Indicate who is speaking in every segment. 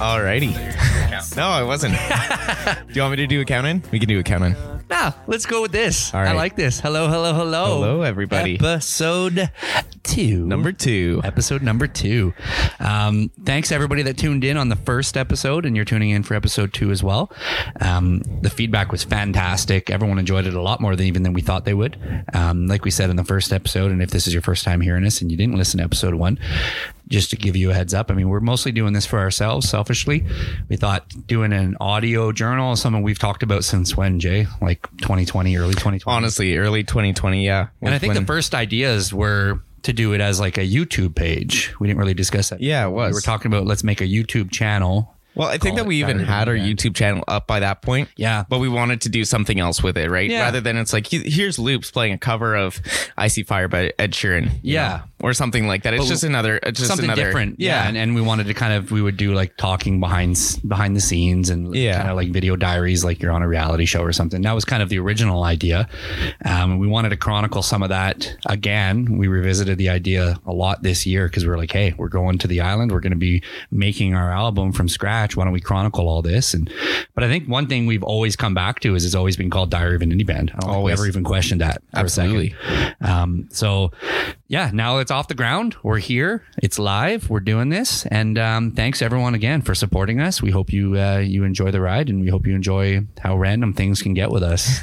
Speaker 1: righty. No, it wasn't. do you want me to do a count in? We can do a count in.
Speaker 2: Nah, let's go with this.
Speaker 1: All right.
Speaker 2: I like this. Hello, hello, hello.
Speaker 1: Hello, everybody.
Speaker 2: Episode two.
Speaker 1: Number two.
Speaker 2: Episode number two. Um, thanks everybody that tuned in on the first episode, and you're tuning in for episode two as well. Um, the feedback was fantastic. Everyone enjoyed it a lot more than even than we thought they would. Um, like we said in the first episode, and if this is your first time hearing us and you didn't listen to episode one, just to give you a heads up, I mean, we're mostly doing this for ourselves selfishly. We thought doing an audio journal is something we've talked about since when, Jay? Like 2020, early 2020.
Speaker 1: Honestly, early 2020. Yeah.
Speaker 2: and I think
Speaker 1: When-
Speaker 2: the first ideas were to do it as like a YouTube page. We didn't really discuss that.
Speaker 1: Yeah, it
Speaker 2: We
Speaker 1: was.
Speaker 2: were talking about let's make a YouTube channel.
Speaker 1: Well, I
Speaker 2: Call
Speaker 1: think that
Speaker 2: it
Speaker 1: we even
Speaker 2: Saturday
Speaker 1: had our
Speaker 2: Night.
Speaker 1: YouTube channel up by that point.
Speaker 2: Yeah.
Speaker 1: But we wanted to do something else with it, right?
Speaker 2: Yeah.
Speaker 1: Rather than it's like, he- here's Loops playing a cover of I See Fire by Ed Sheeran. you
Speaker 2: Yeah.
Speaker 1: know, or something like that. It's
Speaker 2: But
Speaker 1: just another, it's just
Speaker 2: Something
Speaker 1: another,
Speaker 2: different. And, and we wanted to kind of, we would do like talking behind, s- behind the scenes and
Speaker 1: Yeah.
Speaker 2: kind of like video diaries, like you're on a reality show or something. That was kind of the original idea. Um, we wanted to chronicle some of that again. We revisited the idea a lot this year because we were like, Hey, we're going to the island. We're going to be making our album from scratch. Why don't we chronicle all this? And, but I think one thing we've always come back to is it's always been called Diary of an Indie Band. I don't think we
Speaker 1: Always.
Speaker 2: ever even questioned that. for a second.
Speaker 1: Absolutely.
Speaker 2: Um, so yeah, now it's off the ground. We're here. It's live. We're doing this. And um, thanks everyone again for supporting us. We hope you uh, you enjoy the ride and we hope you enjoy how random things can get with us.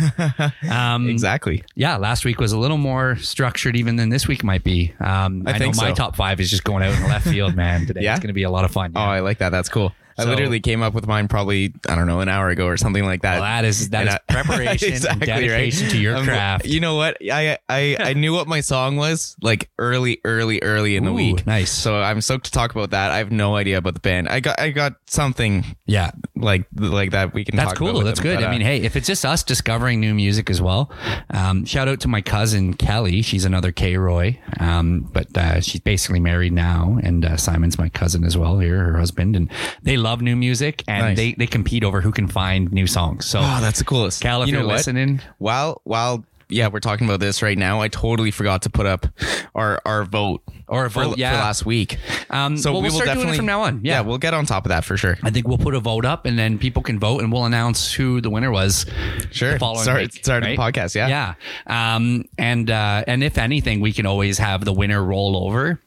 Speaker 2: Um,
Speaker 1: Exactly.
Speaker 2: Yeah, last week was a little more structured even than this week might be. Um,
Speaker 1: I think
Speaker 2: know my
Speaker 1: so.
Speaker 2: top five is just going out in left field, man. Today
Speaker 1: Yeah?
Speaker 2: it's going to be a lot of fun.
Speaker 1: Oh, I like that. That's cool. I
Speaker 2: So-
Speaker 1: literally came up with mine probably, I don't know, an hour ago or something like that.
Speaker 2: Well, that is that
Speaker 1: And
Speaker 2: is
Speaker 1: I-
Speaker 2: preparation and
Speaker 1: Exactly, right?
Speaker 2: dedication to your
Speaker 1: Um,
Speaker 2: craft.
Speaker 1: You know what? I I I knew what my song was like early, early, early in the
Speaker 2: Ooh,
Speaker 1: week.
Speaker 2: nice.
Speaker 1: So I'm stoked to talk about that. I have no idea about the band. I got I got something
Speaker 2: yeah,
Speaker 1: like like that we can.
Speaker 2: That's
Speaker 1: talk
Speaker 2: cool.
Speaker 1: About with
Speaker 2: That's
Speaker 1: them,
Speaker 2: good.
Speaker 1: but,
Speaker 2: I
Speaker 1: uh,
Speaker 2: mean, hey, if it's just us discovering new music as well, um, shout out to my cousin Kelly. She's another K Roy, um, but uh, she's basically married now, and uh, Simon's my cousin as well here, her husband, and they love new music and
Speaker 1: Nice.
Speaker 2: they they compete over who can find new songs. So,
Speaker 1: oh, that's the coolest.
Speaker 2: Cal, if
Speaker 1: you
Speaker 2: you
Speaker 1: know
Speaker 2: are
Speaker 1: what?
Speaker 2: listening,
Speaker 1: While while yeah, we're talking about this right now. I totally forgot to put up our our vote
Speaker 2: Or a
Speaker 1: for,
Speaker 2: vote,
Speaker 1: for
Speaker 2: yeah.
Speaker 1: last week.
Speaker 2: um,
Speaker 1: So
Speaker 2: well,
Speaker 1: we
Speaker 2: we'll
Speaker 1: will
Speaker 2: start
Speaker 1: definitely
Speaker 2: doing it from now on. Yeah.
Speaker 1: we'll get on top of that for sure.
Speaker 2: I think we'll put a vote up, and then people can vote, and we'll announce who the winner was.
Speaker 1: Sure.
Speaker 2: The following
Speaker 1: Start-
Speaker 2: week,
Speaker 1: start the podcast, yeah.
Speaker 2: yeah. Um, and uh, and if anything, we can always have the winner roll over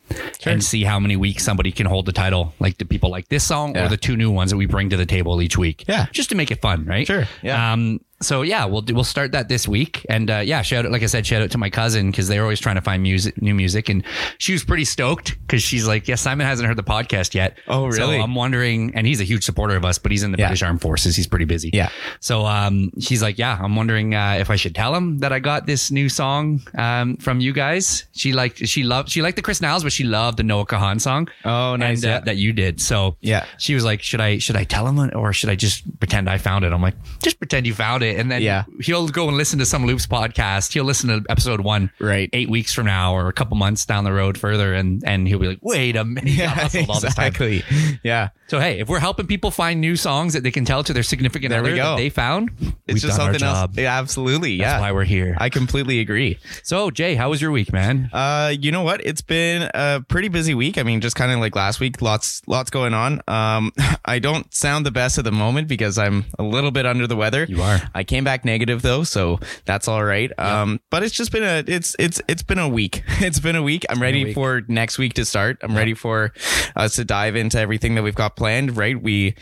Speaker 2: and see how many weeks somebody can hold the title. Like, do people like this song
Speaker 1: Yeah.
Speaker 2: or the two new ones that we bring to the table each week?
Speaker 1: Yeah.
Speaker 2: just to make it fun, right?
Speaker 1: Sure, yeah.
Speaker 2: Um, so yeah, we'll do, we'll start that this week, and uh, yeah, shout out like I said, shout out to my cousin because they're always trying to find music, new music, and she was pretty stoked because she's like, yeah, Simon hasn't heard the podcast yet.
Speaker 1: Oh,
Speaker 2: So
Speaker 1: really?
Speaker 2: I'm wondering, and he's a huge supporter of us, but he's in the
Speaker 1: Yeah.
Speaker 2: British Armed Forces. He's pretty busy.
Speaker 1: Yeah.
Speaker 2: So um, she's like, yeah, I'm wondering uh, if I should tell him that I got this new song um, from you guys. She liked, she loved, she liked the Chris Niles, but she loved the Noah Kahan song.
Speaker 1: Oh, nice,
Speaker 2: And, uh,
Speaker 1: yeah.
Speaker 2: That you did. So
Speaker 1: Yeah.
Speaker 2: she was like, should I, should I tell him or should I just pretend I found it? I'm like, just pretend you found it, and then
Speaker 1: Yeah.
Speaker 2: he'll go and listen to some Loops podcast. He'll listen to episode one,
Speaker 1: Right.
Speaker 2: eight weeks from now or a couple months down the road further, and and he'll be like, wait a minute, I hustled all this time.
Speaker 1: exactly. Yeah.
Speaker 2: So hey, if we're helping people find new songs that they can tell to their significant
Speaker 1: There we
Speaker 2: other
Speaker 1: go.
Speaker 2: that they found,
Speaker 1: It's just something else. Yeah, absolutely.
Speaker 2: That's
Speaker 1: yeah.
Speaker 2: why we're here.
Speaker 1: I completely agree.
Speaker 2: so Jay, how was your week, man?
Speaker 1: Uh, you know what? It's been a pretty busy week. I mean, just kind of like last week, lots lots going on. Um, I don't sound the best at the moment because I'm a little bit under the weather.
Speaker 2: You are.
Speaker 1: I came back negative though, so that's all right. Um, but it's just been a it's it's it's been a week. It's been a week. I'm ready
Speaker 2: week.
Speaker 1: for next week to start. I'm ready for us to dive into everything that we've got planned. Right? We,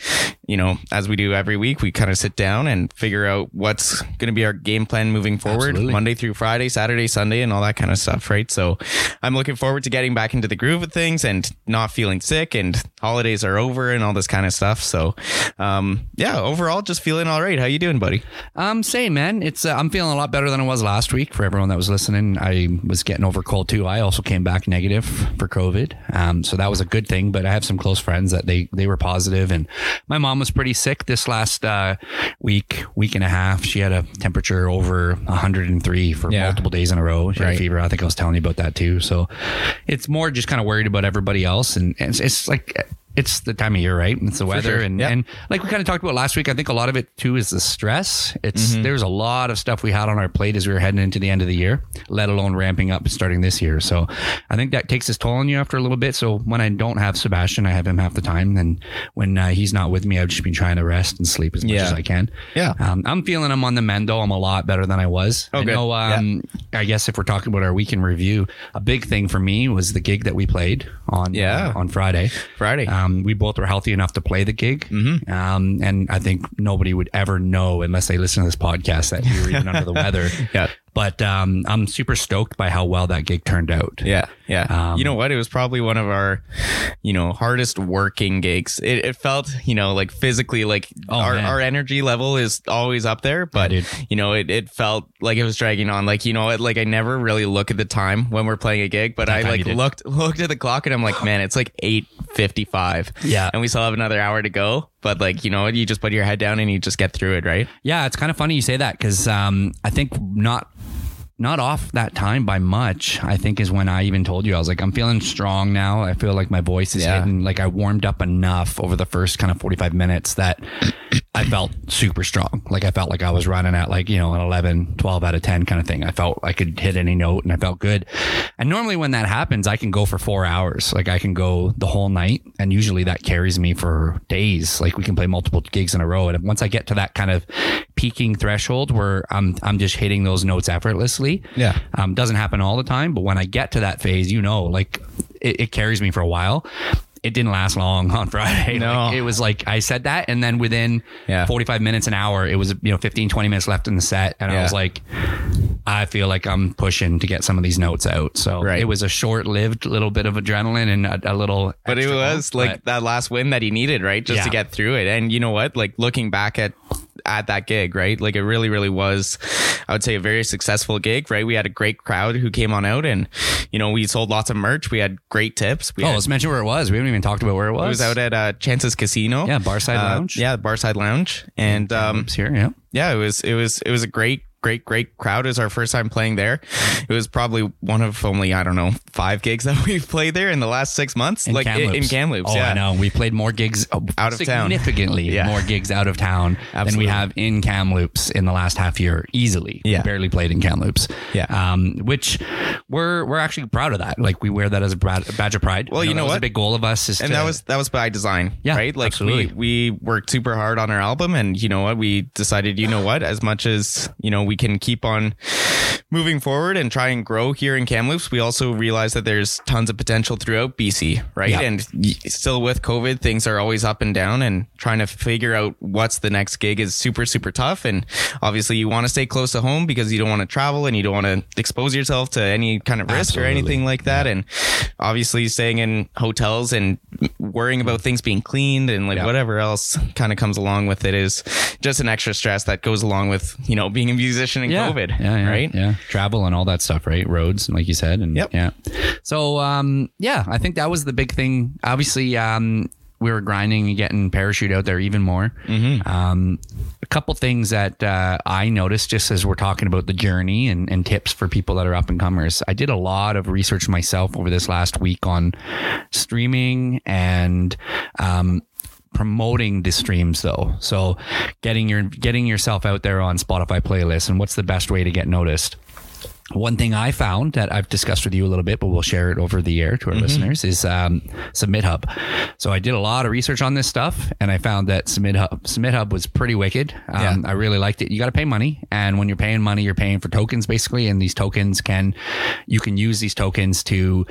Speaker 1: you know, as we do every week, we kind of sit down and figure out what's going to be our game plan moving forward.
Speaker 2: Absolutely.
Speaker 1: Monday through Friday, Saturday, Sunday, and all that kind of stuff, right? So I'm looking forward to getting back into the groove of things and not feeling sick and holidays are over and all this kind of stuff. So um yeah, overall just feeling all right. How you doing, buddy?
Speaker 2: Um, same man. It's uh, I'm feeling a lot better than I was last week. For everyone that was listening, I was getting over cold too. I also came back negative for COVID, um, so that was a good thing. But I have some close friends that they they were positive, and my mom was pretty sick this last uh, week, week and a half. She had a temperature over 103 for
Speaker 1: Yeah.
Speaker 2: multiple days in a row. She had
Speaker 1: Right.
Speaker 2: a fever. I think I was telling you about that too. So it's more just kind of worried about everybody else, and, and it's, it's like. it's the time of year, right? It's the weather,
Speaker 1: sure.
Speaker 2: and
Speaker 1: Yeah.
Speaker 2: and like we kind of talked about last week, I think a lot of it too is the stress. It's
Speaker 1: Mm-hmm.
Speaker 2: there's a lot of stuff we had on our plate as we were heading into the end of the year, let alone ramping up and starting this year. So I think that takes its toll on you after a little bit. So when I don't have Sebastian, I have him half the time, and when uh, he's not with me, I've just been trying to rest and sleep as much
Speaker 1: Yeah.
Speaker 2: as I can.
Speaker 1: Yeah.
Speaker 2: um, I'm feeling I'm on the mend though. I'm a lot better than I was.
Speaker 1: Oh,
Speaker 2: I
Speaker 1: good.
Speaker 2: know,
Speaker 1: Yeah.
Speaker 2: um, I guess if we're talking about our weekend review, a big thing for me was the gig that we played on
Speaker 1: Yeah.
Speaker 2: uh, on Friday.
Speaker 1: Friday.
Speaker 2: Um, we both were healthy enough to play the gig,
Speaker 1: Mm-hmm.
Speaker 2: um, and I think nobody would ever know unless they listen to this podcast that we were even under the weather.
Speaker 1: Yeah.
Speaker 2: But um, I'm super stoked by how well that gig turned out.
Speaker 1: Yeah, yeah.
Speaker 2: Um,
Speaker 1: you know what? It was probably one of our, you know, hardest working gigs. It, it felt, you know, like physically, like
Speaker 2: Oh,
Speaker 1: our,
Speaker 2: man.
Speaker 1: our energy level is always up there, but
Speaker 2: dude.
Speaker 1: you know, it, it felt like it was dragging on. Like you know, it, like I never really look at the time when we're playing a gig, but I
Speaker 2: time
Speaker 1: like
Speaker 2: you did.
Speaker 1: looked looked at the clock and I'm like, man, it's like eight fifty five.
Speaker 2: Yeah.
Speaker 1: and we still have another hour to go. But like you know, you just put your head down and you just get through it, right?
Speaker 2: Yeah, it's kind of funny you say that because um, I think not not off that time by much. I think is when I even told you I was like, I'm feeling strong now. I feel like my voice is
Speaker 1: Yeah.
Speaker 2: hitting. Like I warmed up enough over the first kind of 45 minutes that I felt super strong. Like I felt like I was running at like you know an 11, 12 out of 10 kind of thing. I felt I could hit any note and I felt good. And normally when that happens, I can go for four hours. Like I can go the whole night, and usually that carries me for days. Like we can play multiple gigs in a row. And once I get to that kind of peaking threshold where I'm I'm just hitting those notes effortlessly.
Speaker 1: Yeah.
Speaker 2: Um, doesn't happen all the time, but when I get to that phase, you know, like it, it carries me for a while. It didn't last long on Friday.
Speaker 1: No.
Speaker 2: Like, it was like I said that, and then within
Speaker 1: Yeah.
Speaker 2: 45 minutes, an hour, it was, you know, 15, 20 minutes left in the set. And I
Speaker 1: Yeah.
Speaker 2: was like, I feel like I'm pushing to get some of these notes out. So
Speaker 1: Right.
Speaker 2: it was a short lived little bit of adrenaline and a, a little.
Speaker 1: But it
Speaker 2: extra
Speaker 1: was
Speaker 2: pump,
Speaker 1: like that last win that he needed, right? Just to
Speaker 2: Yeah.
Speaker 1: get through it. And you know what? Like looking back at at that gig, right? Like it really, really was, I would say, a very successful gig, right? We had a great crowd who came on out and, you know, we sold lots of merch. We had great tips. We
Speaker 2: but- Oh,
Speaker 1: had-
Speaker 2: let's mention where it was. We haven't even talked about where it was.
Speaker 1: it was out at uh, Chances Casino.
Speaker 2: Yeah, Barside
Speaker 1: Uh,
Speaker 2: Lounge.
Speaker 1: Yeah, Barside Lounge. And um,
Speaker 2: It's here. Yeah.
Speaker 1: yeah, it was it was it was a great great great crowd. It was our first time playing there. It was probably one of only I don't know five gigs that we've played there in the last six months, like i- in Kamloops.
Speaker 2: Oh,
Speaker 1: yeah,
Speaker 2: I know. We played more gigs oh,
Speaker 1: Out of town.
Speaker 2: significantly
Speaker 1: Yeah.
Speaker 2: more gigs out of town than we
Speaker 1: Absolutely.
Speaker 2: have in Kamloops in the last half year, easily. We
Speaker 1: Yeah.
Speaker 2: barely played in Kamloops.
Speaker 1: Yeah.
Speaker 2: um, which we're we're actually proud of that. Like we wear that as a brad- badge of pride.
Speaker 1: Well, you
Speaker 2: that
Speaker 1: know
Speaker 2: was a
Speaker 1: what?
Speaker 2: big goal of us is
Speaker 1: and
Speaker 2: to,
Speaker 1: that was that was by design
Speaker 2: Yeah,
Speaker 1: right like
Speaker 2: absolutely.
Speaker 1: we we worked super hard on our album and you know what we decided you know what as much as you know we can keep on moving forward and try and grow here in Kamloops we also realize that there's tons of potential throughout BC right
Speaker 2: Yeah.
Speaker 1: and y- still with covid things are always up and down and trying to figure out what's the next gig is super super tough and obviously you want to stay close to home because you don't want to travel and you don't want to expose yourself to any kind of risk or
Speaker 2: Absolutely.
Speaker 1: anything anything like that. And obviously, staying in hotels and worrying about things being cleaned and like
Speaker 2: Yeah.
Speaker 1: whatever else kind of comes along with it is just an extra stress that goes along with, you know, being a musician in
Speaker 2: yeah.
Speaker 1: COVID.
Speaker 2: Yeah, yeah,
Speaker 1: right.
Speaker 2: Yeah, travel and all that stuff, right? Roads, and like you said, and
Speaker 1: Yep.
Speaker 2: yeah. So, um, yeah, I think that was the big thing. Obviously, um, we were grinding and getting parachute out there even more.
Speaker 1: Mm-hmm.
Speaker 2: Um, a couple things that uh, I noticed just as we're talking about the journey and, and tips for people that are up and comers. I did a lot of research myself over this last week on streaming and um, promoting the streams though. So getting your getting yourself out there on Spotify playlists and what's the best way to get noticed? One thing I found that I've discussed with you a little bit, but we'll share it over the air to our listeners is um, Submit Hub. So I did a lot of research on this stuff, and I found that Submit Hub Submit Hub was pretty wicked. Um,
Speaker 1: Yeah.
Speaker 2: I really liked it. You got to pay money, and when you're paying money, you're paying for tokens basically, and these tokens can you can use these tokens to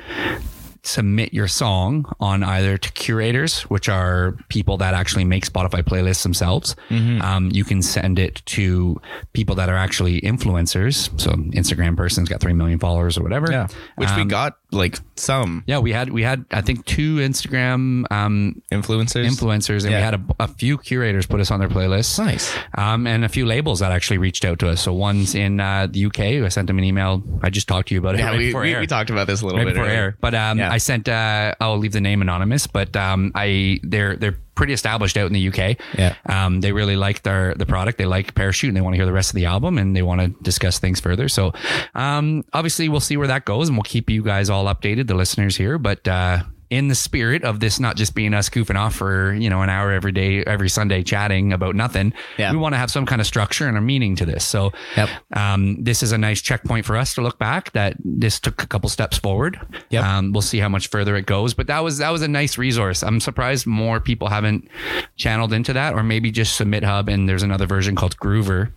Speaker 2: submit your song on either to curators, which are people that actually make Spotify playlists themselves.
Speaker 1: Mm-hmm.
Speaker 2: Um, you can send it to people that are actually influencers. So Instagram person's got three million followers or whatever. Yeah. Um,
Speaker 1: Which we got like some
Speaker 2: Yeah, we had we had I think two Instagram um,
Speaker 1: influencers.
Speaker 2: influencers, and we
Speaker 1: Yeah.
Speaker 2: had a, a few curators put us on their playlists.
Speaker 1: Nice.
Speaker 2: Um, and a few labels that actually reached out to us. So one's in uh, the UK. I sent them an email. I just talked to you about it.
Speaker 1: yeah,
Speaker 2: right
Speaker 1: we,
Speaker 2: before
Speaker 1: we,
Speaker 2: air
Speaker 1: we talked about this a little
Speaker 2: right
Speaker 1: bit
Speaker 2: before
Speaker 1: earlier.
Speaker 2: air. But um,
Speaker 1: Yeah.
Speaker 2: I sent. Uh, I'll leave the name anonymous, but um, I they're they're pretty established out in the UK.
Speaker 1: Yeah.
Speaker 2: Um, they really liked our the product. They like Parachute, and they want to hear the rest of the album, and they want to discuss things further. So, um, obviously, we'll see where that goes, and we'll keep you guys all updated, the listeners here. But uh, in the spirit of this not just being us goofing off for you know an hour every day every sunday chatting about nothing
Speaker 1: Yeah.
Speaker 2: we want to have some kind of structure and a meaning to this so
Speaker 1: Yep.
Speaker 2: um, this is a nice checkpoint for us to look back that this took a couple steps forward
Speaker 1: Yep.
Speaker 2: um, we'll see how much further it goes but that was that was a nice resource i'm surprised more people haven't channeled into that or maybe just submit hub and there's another version called groover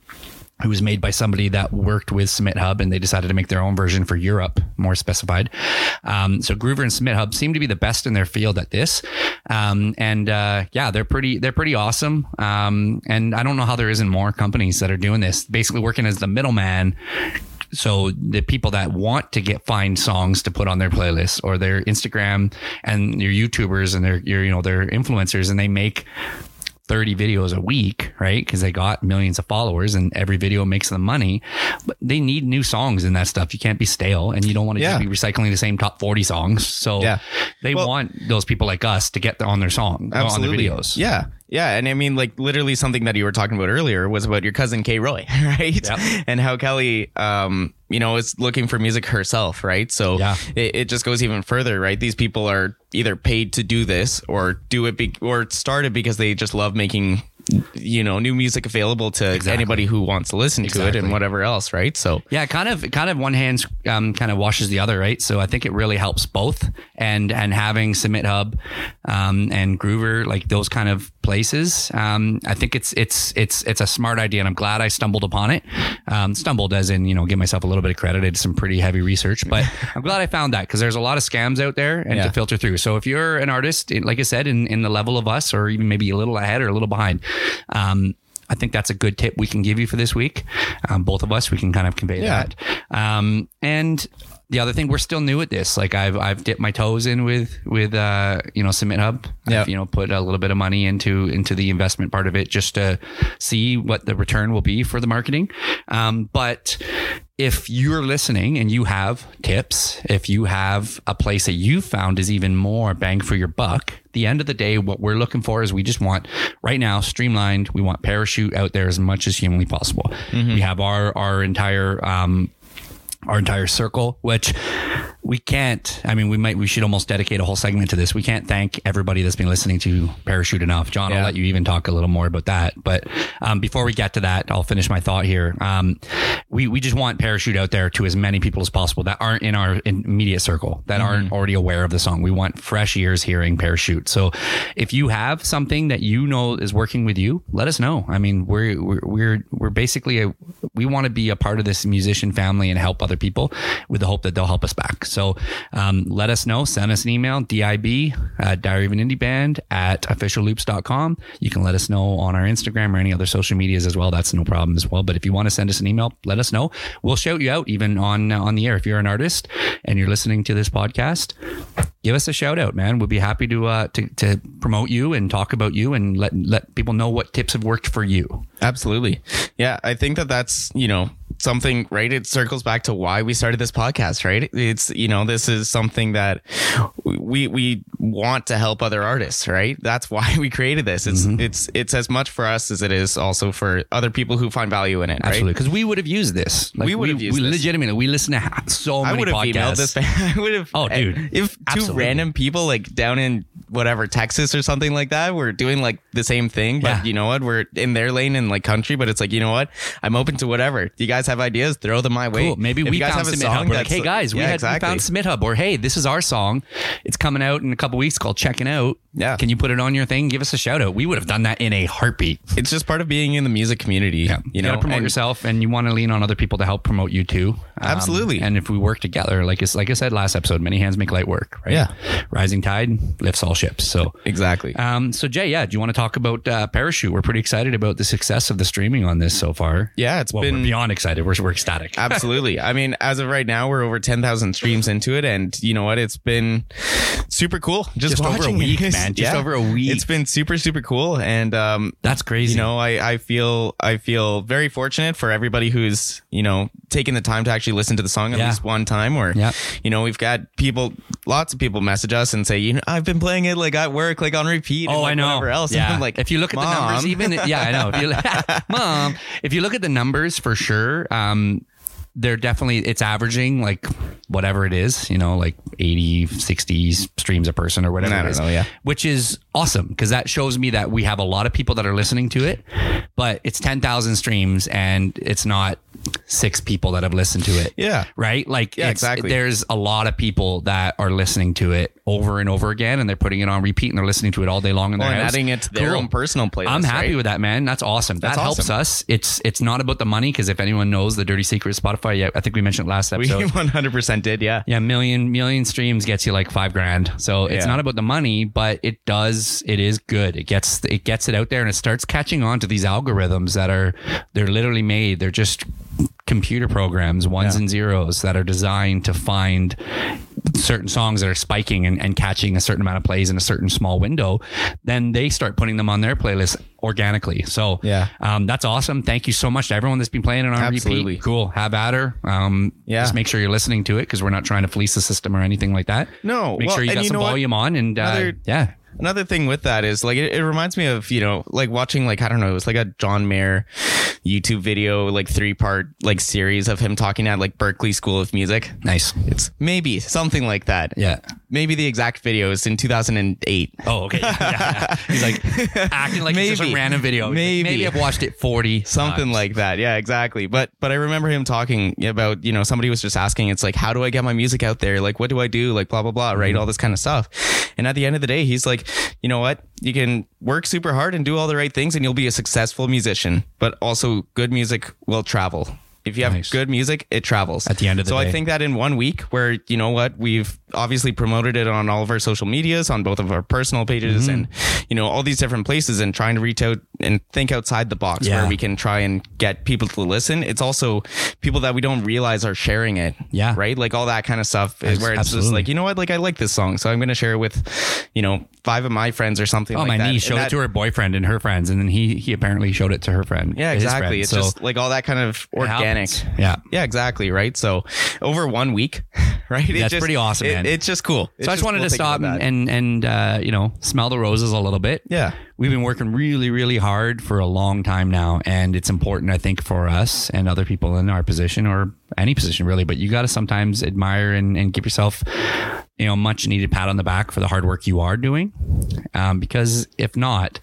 Speaker 2: who was made by somebody that worked with Submit Hub and they decided to make their own version for Europe, more specified. Um, so Groover and Submit Hub seem to be the best in their field at this. Um, and uh, yeah, they're pretty they're pretty awesome. Um, and I don't know how there isn't more companies that are doing this, basically working as the middleman. So the people that want to get find songs to put on their playlists or their Instagram and your YouTubers and their your you know their influencers and they make 30 videos a week, right? Because they got millions of followers and every video makes them money. But they need new songs and that stuff. You can't be stale and you don't want to
Speaker 1: Yeah.
Speaker 2: just be recycling the same top 40 songs. So
Speaker 1: Yeah.
Speaker 2: they
Speaker 1: Well-
Speaker 2: want those people like us to get on their song,
Speaker 1: Absolutely.
Speaker 2: Oh, on their videos.
Speaker 1: Yeah. Yeah. And I mean, like literally something that you were talking about earlier was about your cousin Kay Roy, right? And how Kelly, um, you know, is looking for music herself, right? So
Speaker 2: Yeah.
Speaker 1: it, it just goes even further, right? These people are either paid to do this or do it be- or start it because they just love making you know new music available to anybody who wants to listen to it and
Speaker 2: Exactly.
Speaker 1: whatever else right so
Speaker 2: Yeah, kind of, kind of. One hand um, kind of washes the other, right? So I think it really helps both, and and having Submit Hub um, and Groover, like those kind of places, um, I think it's it's it's it's a smart idea, and I'm glad I stumbled upon it. Um, stumbled, as in you know, give myself a little bit of credit. I did some pretty heavy research, but I'm glad I found that because there's a lot of scams out there, and
Speaker 1: Yeah.
Speaker 2: to filter through. So if you're an artist, in- like I said, in in the level of us, or even maybe a little ahead or a little behind. Um, I think that's a good tip we can give you for this week. Um, both of us, we can kind of convey
Speaker 1: Yeah.
Speaker 2: that. Um, and the other thing, we're still new at this. Like I've I've dipped my toes in with with uh, you know Submit Hub.
Speaker 1: Yeah.
Speaker 2: I've, You know, put a little bit of money into into the investment part of it just to see what the return will be for the marketing. Um, but if you're listening and you have tips, if you have a place that you found is even more bang for your buck, the end of the day, what we're looking for is we just want right now streamlined. We want parachute out there as much as humanly possible. We have our our entire um, our entire circle, which we can't. I mean, we might, we should almost dedicate a whole segment to this. We can't thank everybody that's been listening to Parachute enough. John,
Speaker 1: Yeah.
Speaker 2: I'll let you even talk a little more about that. But um, before we get to that, I'll finish my thought here. Um, we, we just want Parachute out there to as many people as possible that aren't in our immediate circle, that aren't already aware of the song. We want fresh ears hearing Parachute. So if you have something that you know is working with you, let us know. I mean, we're, we're, we're, we're basically a, we want to be a part of this musician family and help other people with the hope that they'll help us back. So um, let us know. Send us an email, DIB, uh, Diary of an Indie Band at officialloops.com. You can let us know on our Instagram or any other social medias as well. That's no problem as well. But if you want to send us an email, let us know. We'll shout you out even on, on the air. If you're an artist and you're listening to this podcast, give us a shout out, man. We'd be happy to, uh, to, to promote you and talk about you and let, let people know what tips have worked for you.
Speaker 1: Absolutely. Yeah, I think that that's, you know, something right it circles back to why we started this podcast, right? It's, you know, this is something that we we want to help other artists, right? That's why we created this. It's it's it's as much for us as it is also for other people who find value in it, right?
Speaker 2: Absolutely, because we would have used this. Like,
Speaker 1: We would have used
Speaker 2: we
Speaker 1: this.
Speaker 2: legitimately. We listen to ha- so
Speaker 1: I
Speaker 2: many
Speaker 1: would have emailed
Speaker 2: podcasts.
Speaker 1: this. I would have.
Speaker 2: Oh, dude.
Speaker 1: If two
Speaker 2: Absolutely.
Speaker 1: random people like down in whatever Texas or something like that were doing like the same thing, but
Speaker 2: Yeah.
Speaker 1: you know what? We're in their lane and like country, but it's like you know what? I'm open to whatever. You guys have ideas? Throw them my way.
Speaker 2: Cool. Maybe
Speaker 1: If
Speaker 2: we
Speaker 1: you guys
Speaker 2: found
Speaker 1: have a
Speaker 2: Submit
Speaker 1: song
Speaker 2: Hub. We're like,
Speaker 1: that's-
Speaker 2: hey guys, we,
Speaker 1: Yeah,
Speaker 2: had,
Speaker 1: exactly.
Speaker 2: we found Submit Hub, or hey, this is our song. It's coming out in a couple weeks called Checking Out.
Speaker 1: Yeah.
Speaker 2: Can you put it on your thing? Give us a shout out. We would have done that in a heartbeat.
Speaker 1: It's just part of being in the music community. you know,
Speaker 2: gotta promote
Speaker 1: and-
Speaker 2: yourself, and you want to lean on other people to help promote you too. Um,
Speaker 1: Absolutely.
Speaker 2: And if we work together, like it's like I said last episode, many hands make light work. Right.
Speaker 1: Yeah.
Speaker 2: Rising tide lifts all ships. So
Speaker 1: Exactly.
Speaker 2: Um, so Jay, yeah, do you want to talk about uh, Parachute? We're pretty excited about the success of the streaming on this so far.
Speaker 1: Yeah, it's
Speaker 2: well,
Speaker 1: been-
Speaker 2: we're beyond excited. We're, we're ecstatic.
Speaker 1: Absolutely. I mean, as of right now, we're over 10,000 streams into it. And you know what? It's been super cool. Just,
Speaker 2: Just over a
Speaker 1: watching
Speaker 2: week,
Speaker 1: it.
Speaker 2: man. Just over a week.
Speaker 1: It's been super, super cool. And, um,
Speaker 2: That's crazy.
Speaker 1: you know, I, I feel I feel very fortunate for everybody who's you know taking the time to actually listen to the song at
Speaker 2: Yeah.
Speaker 1: least one time. Or
Speaker 2: Yeah.
Speaker 1: you know, we've got people, lots of people message us and say, you know, I've been playing it like at work, like on repeat. and,
Speaker 2: oh,
Speaker 1: like,
Speaker 2: I know.
Speaker 1: Whatever else,
Speaker 2: Yeah.
Speaker 1: And I'm like
Speaker 2: if you look at the numbers,
Speaker 1: "Mom."
Speaker 2: even yeah, I know. If you, mom, if you look at the numbers for sure, um, they're definitely it's averaging like whatever it is, you know, like 80, 60 streams a person or whatever.
Speaker 1: I
Speaker 2: it
Speaker 1: don't
Speaker 2: is,
Speaker 1: know, yeah.
Speaker 2: Which is awesome because that shows me that we have a lot of people that are listening to it, but it's 10,000 streams and it's not six people that have listened to it.
Speaker 1: Yeah.
Speaker 2: Right? Like
Speaker 1: Yeah,
Speaker 2: it's-
Speaker 1: exactly.
Speaker 2: there's a lot of people that are listening to it over and over again and they're putting it on repeat and they're listening to it all day long in
Speaker 1: Well,
Speaker 2: their
Speaker 1: Oh, and
Speaker 2: house.
Speaker 1: adding it to their
Speaker 2: Cool.
Speaker 1: own personal playlist.
Speaker 2: I'm happy
Speaker 1: right?
Speaker 2: with that, man. That's awesome.
Speaker 1: That's
Speaker 2: that helps
Speaker 1: awesome.
Speaker 2: us. It's it's not about the money because if anyone knows the dirty secret of Spotify, yeah, I think we mentioned last
Speaker 1: We
Speaker 2: episode.
Speaker 1: 100% did, yeah.
Speaker 2: yeah, million million streams gets you like five grand. So it's
Speaker 1: Yeah.
Speaker 2: not about the money, but it does. It is good. It gets it gets it out there and it starts catching on to these algorithms that are they're literally made. They're just computer programs, ones and zeros that are designed to find certain songs that are spiking and, and catching a certain amount of plays in a certain small window, then they start putting them on their playlist organically. So
Speaker 1: Yeah.
Speaker 2: um, that's awesome. Thank you so much to everyone that's been playing it on
Speaker 1: Absolutely.
Speaker 2: repeat. Cool. Have at her. Um,
Speaker 1: Yeah.
Speaker 2: Just make sure you're listening to it because we're not trying to fleece the system or anything like that.
Speaker 1: No,
Speaker 2: Make
Speaker 1: well,
Speaker 2: sure you
Speaker 1: and
Speaker 2: got
Speaker 1: you
Speaker 2: some
Speaker 1: know what?
Speaker 2: volume on and uh,
Speaker 1: Another-
Speaker 2: yeah.
Speaker 1: Another thing with that is like it, it reminds me of you know like watching like I don't know it was like a John Mayer YouTube video like three part like series of him talking at like Berkeley School of Music.
Speaker 2: Nice.
Speaker 1: It's maybe something like that.
Speaker 2: Yeah.
Speaker 1: Maybe the exact video is in 2008.
Speaker 2: Oh, okay. Yeah, yeah. He's like acting like it's just a
Speaker 1: Maybe.
Speaker 2: random video. He's like,
Speaker 1: Maybe.
Speaker 2: Maybe I've watched it 40
Speaker 1: something
Speaker 2: times."
Speaker 1: like that yeah exactly but but i remember him talking about you know somebody was just asking it's like how do i get my music out there like what do i do like blah blah blah
Speaker 2: Mm-hmm.
Speaker 1: right all this kind of stuff and at the end of the day he's like you know what you can work super hard and do all the right things and you'll be a successful musician but also good music will travel if you have
Speaker 2: Nice.
Speaker 1: good music, it travels.
Speaker 2: At the end of the
Speaker 1: so
Speaker 2: day.
Speaker 1: I think that in one week, where you know what, we've obviously promoted it on all of our social medias, on both of our personal pages,
Speaker 2: Mm-hmm.
Speaker 1: and you know all these different places, and trying to reach out and think outside the box
Speaker 2: Yeah.
Speaker 1: where we can try and get people to listen. It's also people that we don't realize are sharing it.
Speaker 2: Yeah.
Speaker 1: Right. Like all that kind of stuff is
Speaker 2: Abs-
Speaker 1: where it's just
Speaker 2: absolutely.
Speaker 1: like, you know what? Like I like this song. So I'm going to share it with, you know, five of my friends or something
Speaker 2: Oh,
Speaker 1: like
Speaker 2: my
Speaker 1: that.
Speaker 2: niece
Speaker 1: And
Speaker 2: showed
Speaker 1: that-
Speaker 2: it to her boyfriend and her friends, and then he he apparently showed it to her friend.
Speaker 1: Yeah,
Speaker 2: his
Speaker 1: exactly.
Speaker 2: friend.
Speaker 1: It's
Speaker 2: So
Speaker 1: just like all that kind of
Speaker 2: it
Speaker 1: organic.
Speaker 2: happens. Yeah.
Speaker 1: Yeah, exactly. Right. So over one week, right? It
Speaker 2: That's pretty awesome,
Speaker 1: it-
Speaker 2: man.
Speaker 1: It's just cool. It's
Speaker 2: So I just wanted
Speaker 1: cool
Speaker 2: to
Speaker 1: thinking
Speaker 2: stop
Speaker 1: about
Speaker 2: and
Speaker 1: that.
Speaker 2: and, and uh, you know smell the roses a little bit.
Speaker 1: Yeah.
Speaker 2: we've been working really really hard for a long time now, and it's important I think for us and other people in our position or any position really. But you got to sometimes admire and, and give yourself you know much needed pat on the back for the hard work you are doing, um, because if not,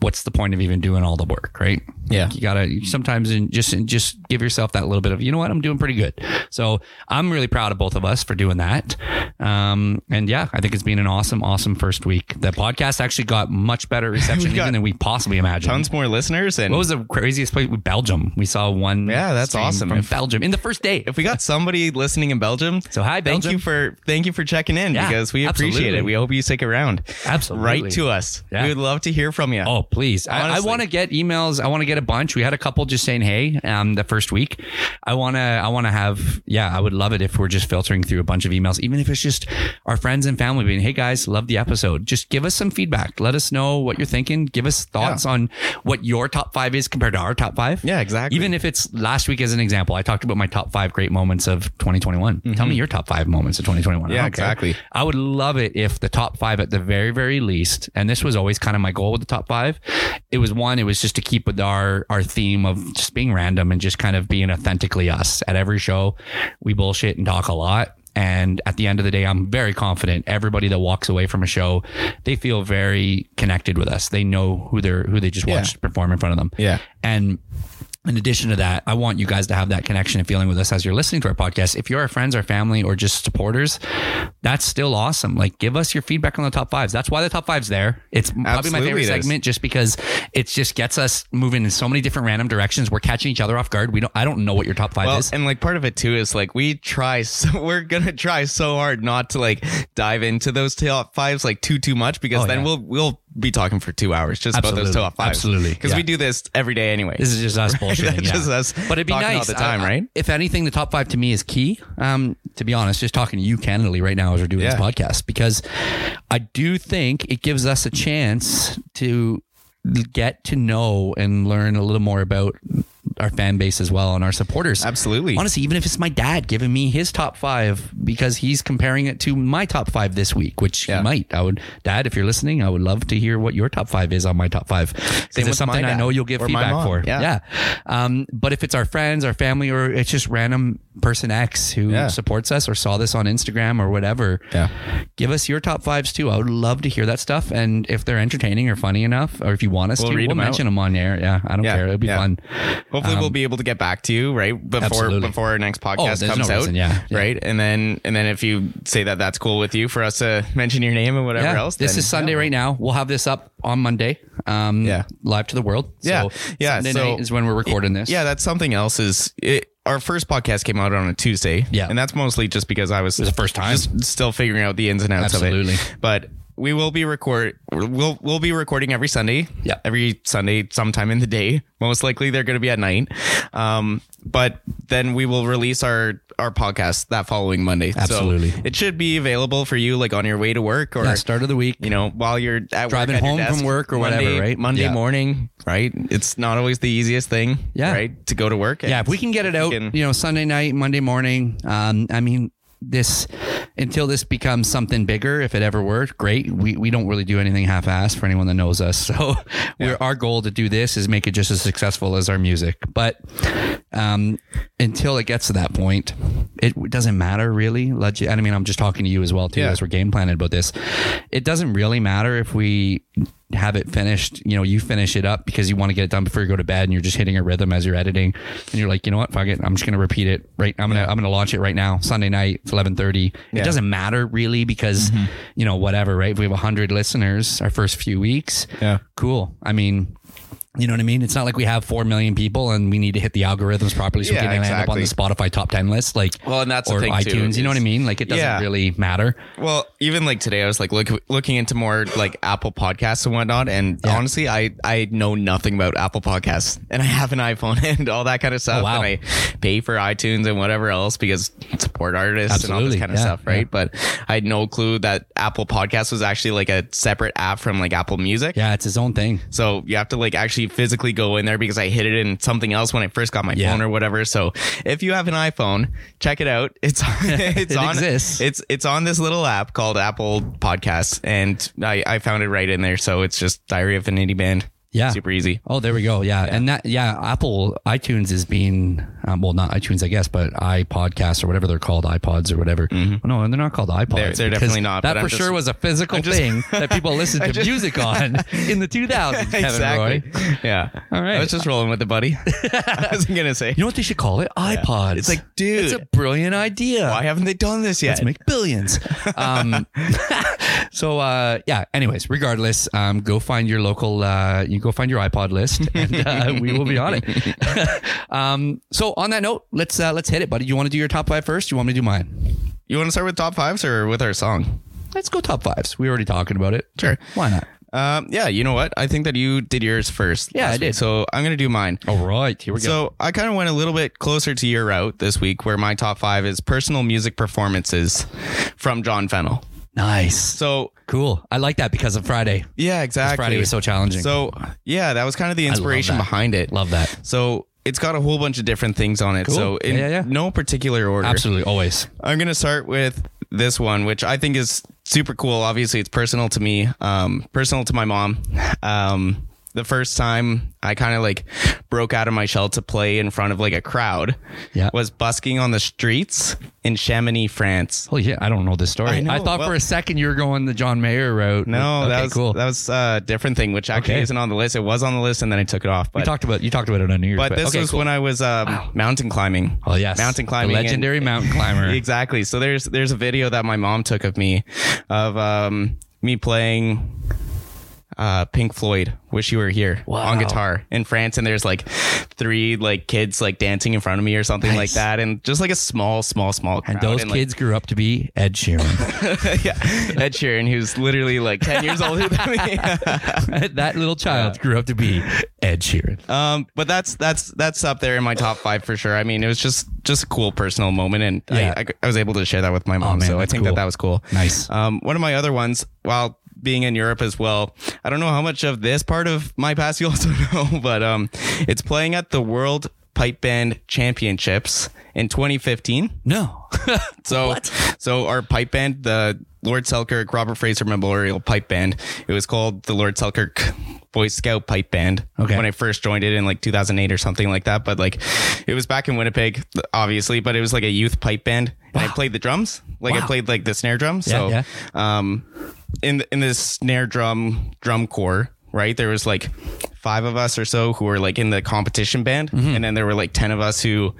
Speaker 2: what's the point of even doing all the work, right?
Speaker 1: Yeah.
Speaker 2: you gotta you sometimes in- just in- just give yourself that little bit of you know what I'm doing pretty good. So I'm really proud of both of us for doing that. Um, and yeah, I think it's been an awesome, awesome first week. The podcast actually got much better reception
Speaker 1: We got
Speaker 2: even than we possibly imagined.
Speaker 1: tons more listeners. And
Speaker 2: what was the craziest place? Belgium. We saw one.
Speaker 1: Yeah, that's
Speaker 2: stream
Speaker 1: awesome.
Speaker 2: From
Speaker 1: If-
Speaker 2: Belgium in the first day.
Speaker 1: if we got somebody listening in Belgium,
Speaker 2: So hi,
Speaker 1: thank
Speaker 2: Belgium.
Speaker 1: you for thank you for checking in
Speaker 2: Yeah,
Speaker 1: because we appreciate
Speaker 2: absolutely.
Speaker 1: it. We hope you stick around.
Speaker 2: Absolutely.
Speaker 1: Write to us.
Speaker 2: Yeah.
Speaker 1: We would love to hear from you.
Speaker 2: Oh, please. I, I
Speaker 1: Honestly.
Speaker 2: want to get emails. I want to get a bunch. We had a couple just saying, Hey, um, the first week I want to, I want to have, yeah, I would love it if we're just filtering through a bunch of emails, even if it's just our friends and family being, Hey guys, love the episode. Just give us some feedback. Let us know what you're thinking. Give us thoughts on what your top five is compared to our top five.
Speaker 1: Yeah, exactly.
Speaker 2: Even if it's last week as an example, I talked about my top five great moments of 2021. Tell me your top five moments of 2021. I
Speaker 1: Mm-hmm. Yeah,
Speaker 2: don't care.
Speaker 1: exactly.
Speaker 2: I would love it if the top five at the very, very least, and this was always kind of my goal with the top five. It was one, it was just to keep with our our theme of just being random and just kind of being authentically us. At every show, we bullshit and talk a lot. And at the end of the day, I'm very confident everybody that walks away from a show, they feel very connected with us. They know who they're who they just watched perform in front of them.
Speaker 1: Yeah.
Speaker 2: And in addition to that, I want you guys to have that connection and feeling with us as you're listening to our podcast. If you're our friends, our family, or just supporters, that's still awesome. Like, give us your feedback on the top fives. That's why the top five's there. It's probably my
Speaker 1: Absolutely
Speaker 2: favorite
Speaker 1: it is.
Speaker 2: segment, just because it just gets us moving in so many different random directions. We're catching each other off guard. We don't. I don't know what your top five
Speaker 1: Well,
Speaker 2: is.
Speaker 1: and like part of it too is like we try so we're gonna try so hard not to like dive into those top fives like too too much because
Speaker 2: Oh,
Speaker 1: then
Speaker 2: yeah.
Speaker 1: we'll we'll be talking for two hours just about those
Speaker 2: Absolutely.
Speaker 1: top fives
Speaker 2: Absolutely.
Speaker 1: because
Speaker 2: Yeah.
Speaker 1: we do this every day anyway.
Speaker 2: This is just us bullshitting.
Speaker 1: That's
Speaker 2: yeah.
Speaker 1: just us
Speaker 2: But it'd be
Speaker 1: talking all
Speaker 2: nice
Speaker 1: the time,
Speaker 2: I- I-
Speaker 1: right?
Speaker 2: If anything, the top five to me is key. Um, to be honest, just talking to you candidly right now as we're doing
Speaker 1: Yeah.
Speaker 2: this podcast, because I do think it gives us a chance to get to know and learn a little more about our fan base as well and our supporters.
Speaker 1: Absolutely.
Speaker 2: Honestly, even if it's my dad giving me his top five because he's comparing it to my top five this week, which
Speaker 1: Yeah.
Speaker 2: he might. I would, Dad, if you're listening, I would love to hear what your top five is on my top five. 'Cause it's
Speaker 1: with
Speaker 2: something
Speaker 1: my
Speaker 2: I
Speaker 1: dad
Speaker 2: know you'll give
Speaker 1: or my
Speaker 2: feedback
Speaker 1: mom.
Speaker 2: for.
Speaker 1: Yeah.
Speaker 2: yeah. Um, but if it's our friends, our family, or it's just random person X who
Speaker 1: Yeah.
Speaker 2: supports us or saw this on Instagram or whatever,
Speaker 1: Yeah.
Speaker 2: give us your top fives too. I would love to hear that stuff. And if they're entertaining or funny enough, or if you want us
Speaker 1: We'll
Speaker 2: to,
Speaker 1: read
Speaker 2: we'll
Speaker 1: 'em out.
Speaker 2: mention them on air. Yeah, I don't
Speaker 1: Yeah,
Speaker 2: care. It'll be
Speaker 1: yeah.
Speaker 2: fun.
Speaker 1: Hopefully, we'll be able to get back to you right before
Speaker 2: Um, Absolutely.
Speaker 1: before our next
Speaker 2: Oh,
Speaker 1: podcast
Speaker 2: there's
Speaker 1: comes
Speaker 2: no
Speaker 1: out.
Speaker 2: reason, yeah, yeah.
Speaker 1: Right, and then and then if you say that that's cool with you for us to mention your name and whatever
Speaker 2: Yeah,
Speaker 1: else,
Speaker 2: this
Speaker 1: then-
Speaker 2: is Sunday right now. We'll have this up on Monday. Um,
Speaker 1: Yeah.
Speaker 2: live to the world.
Speaker 1: Yeah,
Speaker 2: so
Speaker 1: yeah,
Speaker 2: Sunday
Speaker 1: so-
Speaker 2: night is when we're recording this.
Speaker 1: Yeah, that's something else. Is it, our first podcast came out on a Tuesday.
Speaker 2: Yeah.
Speaker 1: and that's mostly just because I was,
Speaker 2: was the first time.
Speaker 1: just still figuring out the ins and outs
Speaker 2: Absolutely.
Speaker 1: of it. But we will be record. We'll we'll be recording every Sunday.
Speaker 2: Yeah.
Speaker 1: every Sunday, sometime in the day. Most likely, they're going to be at night. Um, but then we will release our our podcast that following Monday. So
Speaker 2: Absolutely.
Speaker 1: it should be available for you, like on your way to work or
Speaker 2: Yeah, start of the week.
Speaker 1: you know, while you're at
Speaker 2: Driving
Speaker 1: work, at your
Speaker 2: home
Speaker 1: desk,
Speaker 2: from work or
Speaker 1: Monday-
Speaker 2: whatever, right?
Speaker 1: Monday
Speaker 2: Yeah.
Speaker 1: morning, right? It's not always the easiest thing,
Speaker 2: Yeah.
Speaker 1: right, to go to work.
Speaker 2: yeah, if we can get it out,
Speaker 1: can-
Speaker 2: you know, Sunday night, Monday morning. Um, I mean, this until this becomes something bigger, if it ever were, great. We we don't really do anything half-assed for anyone that knows us. So, we're, our goal to do this is make it just as successful as our music. But um, until it gets to that point, it doesn't matter really. Legi- I mean, I'm just talking to you as well too,
Speaker 1: Yeah.
Speaker 2: as we're game planning about this. It doesn't really matter if we have it finished. You know, you finish it up because you want to get it done before you go to bed, and you're just hitting a rhythm as you're editing, and you're like, you know what, fuck it, I'm just gonna repeat it. Right, I'm gonna I'm gonna launch it right now, Sunday night, 11:30. It
Speaker 1: Yeah. Mm-hmm.
Speaker 2: doesn't matter really because you know whatever. Right, if we have 100 listeners our first few weeks,
Speaker 1: Yeah.
Speaker 2: cool. I mean. You know what I mean? It's not like we have four million people and we need to hit the algorithms properly so
Speaker 1: Yeah,
Speaker 2: we can end up on the Spotify top ten list, like
Speaker 1: Well, and that's the
Speaker 2: or
Speaker 1: thing, too,
Speaker 2: iTunes. you know what I
Speaker 1: is-
Speaker 2: mean? Like it doesn't
Speaker 1: Yeah.
Speaker 2: really matter.
Speaker 1: Well, even like today, I was like look, looking into more like Apple podcasts and whatnot. And honestly, I, I know nothing about Apple podcasts and I have an iPhone and all that kind of stuff.
Speaker 2: Oh, wow.
Speaker 1: And I pay for iTunes and whatever else because support artists and all
Speaker 2: Absolutely.
Speaker 1: this kind of
Speaker 2: Yeah,
Speaker 1: stuff. Right. But I had no clue that Apple podcasts was actually like a separate app from like Apple music.
Speaker 2: Yeah, it's his own thing.
Speaker 1: So you have to like actually physically go in there because I hid it in something else when I first got my
Speaker 2: Yeah.
Speaker 1: phone or whatever. So if you have an iPhone, check it out. It's it's
Speaker 2: It
Speaker 1: on
Speaker 2: exists.
Speaker 1: it's it's on this little app called Apple Podcasts, and I, I found it right in there. So it's just Diary of an Indie Band.
Speaker 2: Yeah.
Speaker 1: super easy.
Speaker 2: Oh, there we go. Yeah. And that, yeah, Apple iTunes is being, um, well, not iTunes, I guess, but iPodcasts or whatever they're called, iPods or whatever. Oh, No, they're not called iPods.
Speaker 1: Mm-hmm. They're- they're
Speaker 2: because
Speaker 1: definitely not,
Speaker 2: That
Speaker 1: but
Speaker 2: for
Speaker 1: I'm just-
Speaker 2: sure was a physical
Speaker 1: just-
Speaker 2: thing that people listened to
Speaker 1: just-
Speaker 2: music on in the 2000s, Kevin Roy.
Speaker 1: Yeah.
Speaker 2: All right.
Speaker 1: I was just rolling with the buddy. I wasn't gonna say.
Speaker 2: You know what they should call it? iPods.
Speaker 1: It's like, dude.
Speaker 2: it's a brilliant idea.
Speaker 1: why haven't they done this yet?
Speaker 2: Let's make billions. Um, so uh, yeah. Anyways, regardless, um, go find your local. Uh, you go find your iPod list, and uh, we will be on it. um, so on that note, let's uh, let's hit it, buddy. You want to do your top five first? You want me to do mine?
Speaker 1: you want to start with top fives or with our song?
Speaker 2: Let's go top fives. We already talking about it.
Speaker 1: Sure.
Speaker 2: Why not?
Speaker 1: Um, yeah, you know what? I think that you did yours first.
Speaker 2: Yeah,
Speaker 1: last
Speaker 2: I
Speaker 1: week,
Speaker 2: did.
Speaker 1: so I'm gonna do mine.
Speaker 2: All right, here we go.
Speaker 1: So I kind of went a little bit closer to your route this week, where my top five is personal music performances from John Fennel.
Speaker 2: nice,
Speaker 1: So
Speaker 2: cool. I like that because of Friday.
Speaker 1: yeah, exactly.
Speaker 2: Friday was so challenging.
Speaker 1: So yeah, that was kind of the inspiration
Speaker 2: that.
Speaker 1: behind it.
Speaker 2: Love that.
Speaker 1: So it's got a whole bunch of different things on it. So
Speaker 2: Yeah,
Speaker 1: in
Speaker 2: yeah, yeah.
Speaker 1: no particular order.
Speaker 2: Absolutely, always.
Speaker 1: I'm gonna start with this one, which I think is super cool. Obviously, it's personal to me, um, personal to my mom. Um, the first time I kind of like broke out of my shell to play in front of like a crowd
Speaker 2: Yeah.
Speaker 1: was busking on the streets in Chamonix, France.
Speaker 2: Holy shit! I don't know this story. I,
Speaker 1: I know,
Speaker 2: thought
Speaker 1: well-
Speaker 2: for a second you were going the John Mayer route.
Speaker 1: No,
Speaker 2: okay,
Speaker 1: Oh, that was
Speaker 2: cool.
Speaker 1: that was a different thing, which actually
Speaker 2: Okay.
Speaker 1: isn't on the list. It was on the list, and then I took it off.
Speaker 2: you
Speaker 1: But
Speaker 2: talked about you talked about it on New Year's.
Speaker 1: but this
Speaker 2: okay,
Speaker 1: was
Speaker 2: cool.
Speaker 1: when I was um, mountain climbing.
Speaker 2: Oh yes,
Speaker 1: mountain
Speaker 2: The
Speaker 1: climbing, and-
Speaker 2: legendary mountain climber.
Speaker 1: Exactly. So there's there's a video that my mom took of me, of um, me playing uh, Pink Floyd "Wish You Were Here"
Speaker 2: Wow.
Speaker 1: on guitar in France, and there's like three like kids like dancing in front of me or something like
Speaker 2: Nice.
Speaker 1: that, and just like a small, small, small. Crowd.
Speaker 2: and those
Speaker 1: like,
Speaker 2: kids grew up to be Ed Sheeran.
Speaker 1: yeah, Ed Sheeran, who's literally like ten years older than me.
Speaker 2: that little child grew up to be Ed Sheeran.
Speaker 1: Um, but that's that's that's up there in my top five for sure. I mean, it was just just a cool personal moment, and
Speaker 2: Yeah. Oh,
Speaker 1: I, I, I was able to share that with my mom.
Speaker 2: man,
Speaker 1: so I
Speaker 2: that's
Speaker 1: think
Speaker 2: cool.
Speaker 1: that that was cool.
Speaker 2: Nice.
Speaker 1: Um, one of my other ones, while being in Europe as well, I don't know how much of this part of my past you also know, but um, it's playing at the World Pipe Band Championships in 2015.
Speaker 2: No.
Speaker 1: So, so our pipe band, the Lord Selkirk Robert Fraser Memorial Pipe Band, it was called the Lord Selkirk Boy Scout Pipe Band.
Speaker 2: Okay.
Speaker 1: When I first joined it in like 2008 or something like that, but like it was back in Winnipeg, obviously, but it was like a youth pipe band, and I played the drums. Like
Speaker 2: Wow.
Speaker 1: I played like the snare drum. So,
Speaker 2: yeah.
Speaker 1: um, in the, in this snare drum drum corps, right? There was like five of us or so who were like in the competition band,
Speaker 2: Mm-hmm.
Speaker 1: and then there were like ten of us who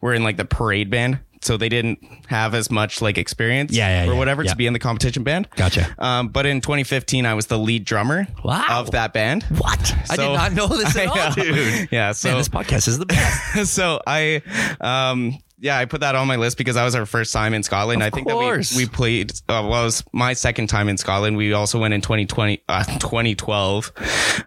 Speaker 1: were in like the parade band. So they didn't have as much like experience,
Speaker 2: Yeah, yeah,
Speaker 1: or
Speaker 2: yeah,
Speaker 1: whatever,
Speaker 2: yeah.
Speaker 1: to be in the competition band.
Speaker 2: Gotcha.
Speaker 1: Um, but in 2015, I was the lead drummer
Speaker 2: Wow.
Speaker 1: of that band.
Speaker 2: What? I did
Speaker 1: So-
Speaker 2: not know this
Speaker 1: I
Speaker 2: at all,
Speaker 1: know.
Speaker 2: dude.
Speaker 1: Yeah, so
Speaker 2: Man, this podcast is the best.
Speaker 1: so I, um, yeah, I put that on my list because that was our first time in Scotland. I think
Speaker 2: course.
Speaker 1: that we, we played, uh, well, it was my second time in Scotland. We also went in 2020, uh, 2012,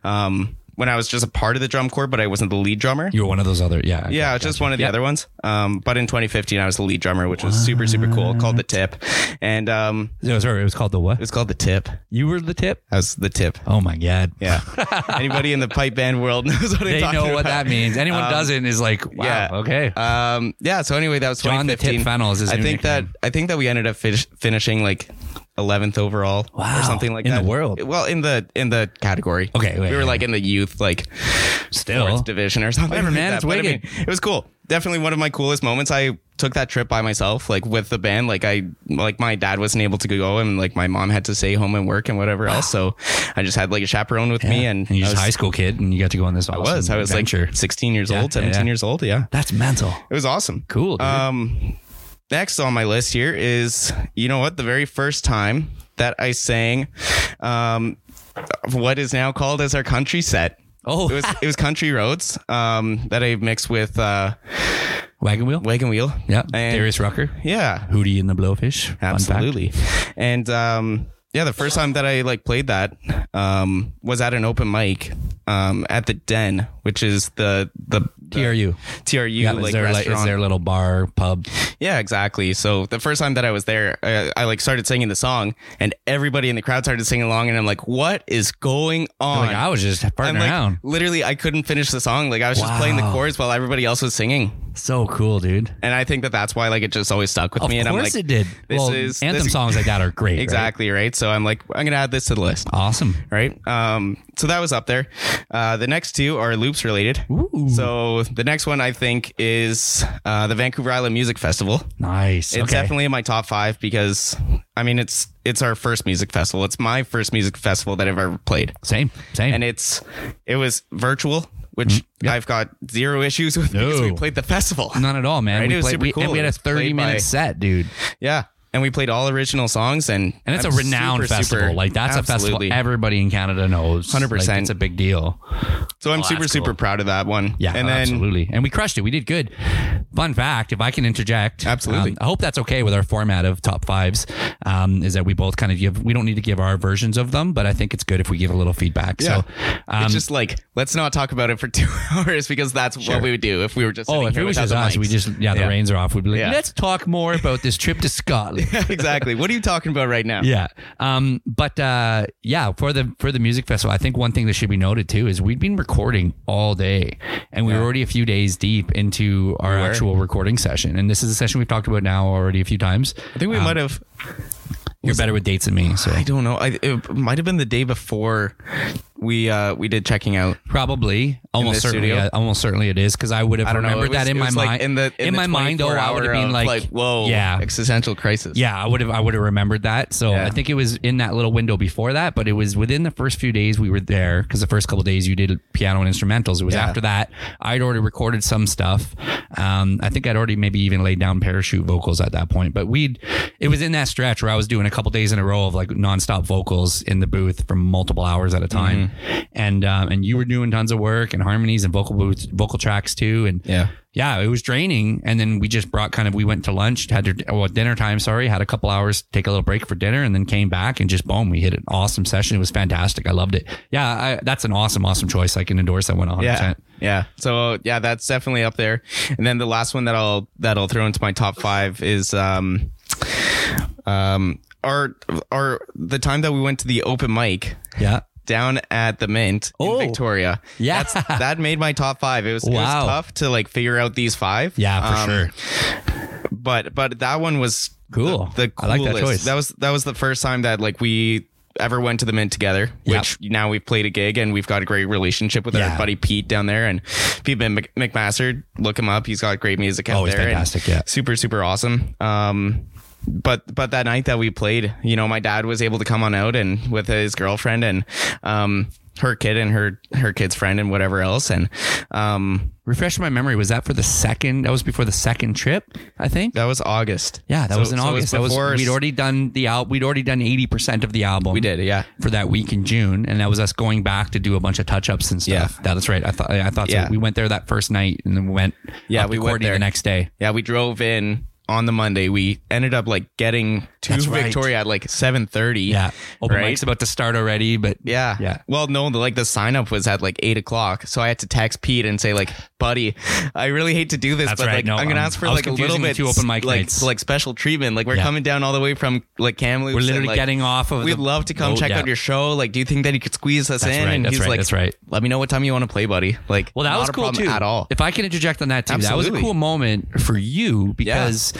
Speaker 1: um, when I was just a part of the drum corps, but I wasn't the lead drummer.
Speaker 2: you were one of those other, yeah. okay.
Speaker 1: yeah, just one of the other ones. Um, but in 2015, I was the lead drummer, which was super, super cool, called The Tip. And um,
Speaker 2: No, sorry, it was called the
Speaker 1: it
Speaker 2: what?
Speaker 1: was called The Tip.
Speaker 2: You were the tip.
Speaker 1: I was The Tip.
Speaker 2: Oh my god.
Speaker 1: Yeah. Anybody in the pipe band world knows what
Speaker 2: They
Speaker 1: I'm talking
Speaker 2: know what
Speaker 1: about. Um,
Speaker 2: that means. Anyone doesn't is like, wow,
Speaker 1: yeah.
Speaker 2: okay.
Speaker 1: Um, yeah. So anyway, that was
Speaker 2: John the
Speaker 1: 2015.
Speaker 2: Tip Fennell is his
Speaker 1: I
Speaker 2: new
Speaker 1: think that I think that we ended up fish, finishing like 11th overall
Speaker 2: Wow.
Speaker 1: or something like
Speaker 2: In
Speaker 1: that
Speaker 2: the world.
Speaker 1: Well, in the in the category.
Speaker 2: Okay, wait,
Speaker 1: we were
Speaker 2: yeah.
Speaker 1: like in the youth like
Speaker 2: Still.
Speaker 1: fourth division or something.
Speaker 2: Whatever,
Speaker 1: like
Speaker 2: man,
Speaker 1: that.
Speaker 2: it's
Speaker 1: But I
Speaker 2: wicked.
Speaker 1: mean, it was cool. Definitely one of my coolest moments. I took that trip by myself, like with the band. Like I, like my dad wasn't able to go, and like my mom had to stay home and work and whatever else. So I just had like a chaperone with me, and,
Speaker 2: you're
Speaker 1: I
Speaker 2: just a
Speaker 1: was,
Speaker 2: high school kid and you got to go on this
Speaker 1: I
Speaker 2: awesome
Speaker 1: was, I was like
Speaker 2: adventure.
Speaker 1: 16 years
Speaker 2: Yeah,
Speaker 1: old,
Speaker 2: yeah, yeah.
Speaker 1: 17 years old. Yeah,
Speaker 2: That's mental.
Speaker 1: it was awesome.
Speaker 2: Cool. Dude.
Speaker 1: Um, next on my list here is you know what the very first time that I sang, um, what is now called as our country set.
Speaker 2: oh,
Speaker 1: It was it was country roads um, that I mixed with uh,
Speaker 2: wagon wheel.
Speaker 1: wagon wheel.
Speaker 2: yeah.
Speaker 1: and,
Speaker 2: Darius Rucker.
Speaker 1: yeah,
Speaker 2: Hootie and the Blowfish. Fun fact.
Speaker 1: absolutely. And um, yeah, the first time that I like played that um, was at an open mic um, at the Den, which is the the, the
Speaker 2: TRU.
Speaker 1: TRU
Speaker 2: Yeah,
Speaker 1: like
Speaker 2: is, their, like,
Speaker 1: restaurant.
Speaker 2: is their little bar pub?
Speaker 1: Yeah, exactly. So the first time that I was there, uh, I, I like started singing the song, and everybody in the crowd started singing along, and I'm like, "What is going on?"
Speaker 2: Like I was just farting
Speaker 1: I'm like,
Speaker 2: around.
Speaker 1: literally, I couldn't finish the song. Like I was just playing the
Speaker 2: Wow.
Speaker 1: chords while everybody else was singing,
Speaker 2: So cool, dude.
Speaker 1: and I think that that's why like it just always stuck with
Speaker 2: Of
Speaker 1: me. And I'm
Speaker 2: course
Speaker 1: like,
Speaker 2: it did.
Speaker 1: this
Speaker 2: well,
Speaker 1: is-
Speaker 2: anthem
Speaker 1: this-
Speaker 2: songs like that are great. right?
Speaker 1: exactly right. So I'm like, I'm gonna add this to the list.
Speaker 2: Awesome.
Speaker 1: Right. Um, so that was up there. Uh, the next two are loops related.
Speaker 2: Ooh.
Speaker 1: So the next one I think is uh, the Vancouver Island Music Festival.
Speaker 2: Nice.
Speaker 1: It's
Speaker 2: okay.
Speaker 1: definitely in my top five because I mean it's it's our first music festival. It's my first music festival that I've ever played.
Speaker 2: same. Same.
Speaker 1: And it's it was virtual, which I've got zero issues with because we
Speaker 2: Mm-hmm. No.
Speaker 1: played the festival.
Speaker 2: None at all, man.
Speaker 1: Right,
Speaker 2: we
Speaker 1: it was
Speaker 2: played,
Speaker 1: super
Speaker 2: we,
Speaker 1: cool.
Speaker 2: And we had
Speaker 1: It
Speaker 2: a
Speaker 1: was
Speaker 2: 30
Speaker 1: played
Speaker 2: minute
Speaker 1: by-
Speaker 2: set, dude.
Speaker 1: Yeah. And we played all original songs and
Speaker 2: And it's a
Speaker 1: I'm
Speaker 2: renowned
Speaker 1: super,
Speaker 2: festival.
Speaker 1: super-
Speaker 2: like that's a
Speaker 1: absolutely.
Speaker 2: festival everybody in Canada knows.
Speaker 1: 100%.
Speaker 2: Like, it's a big deal.
Speaker 1: So I'm
Speaker 2: Oh,
Speaker 1: super,
Speaker 2: that's
Speaker 1: super
Speaker 2: cool.
Speaker 1: proud of that one.
Speaker 2: Yeah,
Speaker 1: And then
Speaker 2: absolutely. And we crushed it. We did good. Fun fact, if I can interject,
Speaker 1: Absolutely.
Speaker 2: um, I hope that's okay with our format of top fives. Um, is that we both kind of give? We don't need to give our versions of them, but I think it's good if we give a little feedback.
Speaker 1: yeah.
Speaker 2: So, um,
Speaker 1: it's just like let's not talk about it for two hours because that's what we would do if we were just sitting
Speaker 2: oh, if
Speaker 1: here
Speaker 2: it was
Speaker 1: without
Speaker 2: just
Speaker 1: the
Speaker 2: us,
Speaker 1: mics.
Speaker 2: we just yeah, the
Speaker 1: Yeah.
Speaker 2: reins are off. We'd be like,
Speaker 1: Yeah.
Speaker 2: let's talk more about this trip to Scotland.
Speaker 1: exactly. What are you talking about right now?
Speaker 2: Yeah. Um, but uh, yeah, for the for the music festival, I think one thing that should be noted too is we'd been recording all day, and we were already a few days deep into our actual recording session. And this is a session we've talked about now already a few times.
Speaker 1: I think we might have
Speaker 2: You're better with dates than me, so
Speaker 1: I don't know. I, it might have been the day before we uh we did checking out.
Speaker 2: probably almost
Speaker 1: this
Speaker 2: certainly,
Speaker 1: studio?
Speaker 2: yeah, almost certainly it is because I would have
Speaker 1: don't know,
Speaker 2: remembered
Speaker 1: it was-
Speaker 2: that in
Speaker 1: it
Speaker 2: my
Speaker 1: was like
Speaker 2: mind.
Speaker 1: in the in, the
Speaker 2: my mind, though,
Speaker 1: 24
Speaker 2: I would have
Speaker 1: hour
Speaker 2: been
Speaker 1: of,
Speaker 2: like,
Speaker 1: whoa,
Speaker 2: yeah,
Speaker 1: existential crisis.
Speaker 2: Yeah, I would have I would have remembered that. So
Speaker 1: Yeah.
Speaker 2: I think it was in that little window before that, but it was within the first few days we were there because the first couple days you did piano and instrumentals. It was
Speaker 1: Yeah.
Speaker 2: after that I'd already recorded some stuff. Um, I think I'd already maybe even laid down parachute vocals at that point, but we'd it was in that stretch where I was doing a couple days in a row of like nonstop vocals in the booth for multiple hours at a time,
Speaker 1: Mm-hmm.
Speaker 2: and um, and you were doing tons of work and harmonies and vocal booths, vocal tracks too, and
Speaker 1: Yeah.
Speaker 2: yeah, it was draining. And then we just brought kind of, we went to lunch, had to, well, dinner time, sorry, had a couple hours, take a little break for dinner, and then came back and just boom, we hit an awesome session. It was fantastic. I loved it. Yeah, I, that's an awesome, awesome choice. I can endorse that one 100%.
Speaker 1: Yeah. Yeah. So yeah, that's definitely up there. And then the last one that I'll that I'll throw into my top five is um um our our the time that we went to the open mic
Speaker 2: Yeah.
Speaker 1: down at the Mint
Speaker 2: Oh.
Speaker 1: in Victoria.
Speaker 2: Yeah.
Speaker 1: That's, that made my top five. It was, it was
Speaker 2: Wow.
Speaker 1: tough to like figure out these five.
Speaker 2: Yeah, for
Speaker 1: Um,
Speaker 2: sure.
Speaker 1: But but that one was
Speaker 2: Cool.
Speaker 1: The, the
Speaker 2: I
Speaker 1: coolest.
Speaker 2: like that choice.
Speaker 1: That was that was the first time that like we ever went to the Mint together.
Speaker 2: Yeah.
Speaker 1: Which now we've played a gig and we've got a great relationship with
Speaker 2: Yeah.
Speaker 1: our buddy Pete down there and Pete Mc- McMaster. Look him up. He's got great music out
Speaker 2: Oh, he's
Speaker 1: there. and
Speaker 2: fantastic, yeah.
Speaker 1: super super awesome. Um, but but that night that we played, you know, my dad was able to come on out and with his girlfriend and um her kid and her her kid's friend and whatever else and um
Speaker 2: Refresh my memory. Was that for the second? That was before the second trip, I think.
Speaker 1: that was August.
Speaker 2: Yeah, that
Speaker 1: So-
Speaker 2: was in
Speaker 1: so it
Speaker 2: August. that was
Speaker 1: before-
Speaker 2: we'd already done the al- We'd already done eighty percent of the album.
Speaker 1: we did, yeah.
Speaker 2: for that week in June, and that was us going back to do a bunch of touch ups and stuff.
Speaker 1: Yeah.
Speaker 2: That is right. I thought I thought
Speaker 1: Yeah.
Speaker 2: so. we went there that first night, and then we went
Speaker 1: Yeah,
Speaker 2: up to
Speaker 1: we went
Speaker 2: Courtney
Speaker 1: there.
Speaker 2: the next day.
Speaker 1: Yeah, we drove in on the Monday. We ended up like getting to
Speaker 2: That's right.
Speaker 1: Victoria at like seven thirty.
Speaker 2: Yeah, open
Speaker 1: Right?
Speaker 2: mic's about to start already, but
Speaker 1: Yeah.
Speaker 2: Yeah.
Speaker 1: Well, no, the, like the sign up was at like eight o'clock. So I had to text Pete and say, like, buddy, I really hate to do this,
Speaker 2: That's
Speaker 1: but
Speaker 2: right.
Speaker 1: like,
Speaker 2: No,
Speaker 1: I'm going to
Speaker 2: um,
Speaker 1: ask for
Speaker 2: I was
Speaker 1: like a little
Speaker 2: confusing the
Speaker 1: bit
Speaker 2: two open mic
Speaker 1: like,
Speaker 2: nights.
Speaker 1: like special treatment. Like, we're
Speaker 2: Yeah.
Speaker 1: coming down all the way from like Kamloops.
Speaker 2: we're
Speaker 1: and,
Speaker 2: literally
Speaker 1: like,
Speaker 2: getting off of.
Speaker 1: We'd
Speaker 2: the
Speaker 1: love to come
Speaker 2: boat.
Speaker 1: check
Speaker 2: Yeah.
Speaker 1: out your show. Like, do you think that you could squeeze us in?
Speaker 2: right,
Speaker 1: and
Speaker 2: that's
Speaker 1: he's
Speaker 2: right,
Speaker 1: like,
Speaker 2: that's right.
Speaker 1: Let me know what time you want to play, buddy. Like,
Speaker 2: Well, that
Speaker 1: not
Speaker 2: was
Speaker 1: a
Speaker 2: cool
Speaker 1: problem
Speaker 2: too.
Speaker 1: At all.
Speaker 2: If I can interject on that too, that was a
Speaker 1: Absolutely.
Speaker 2: cool moment for you because,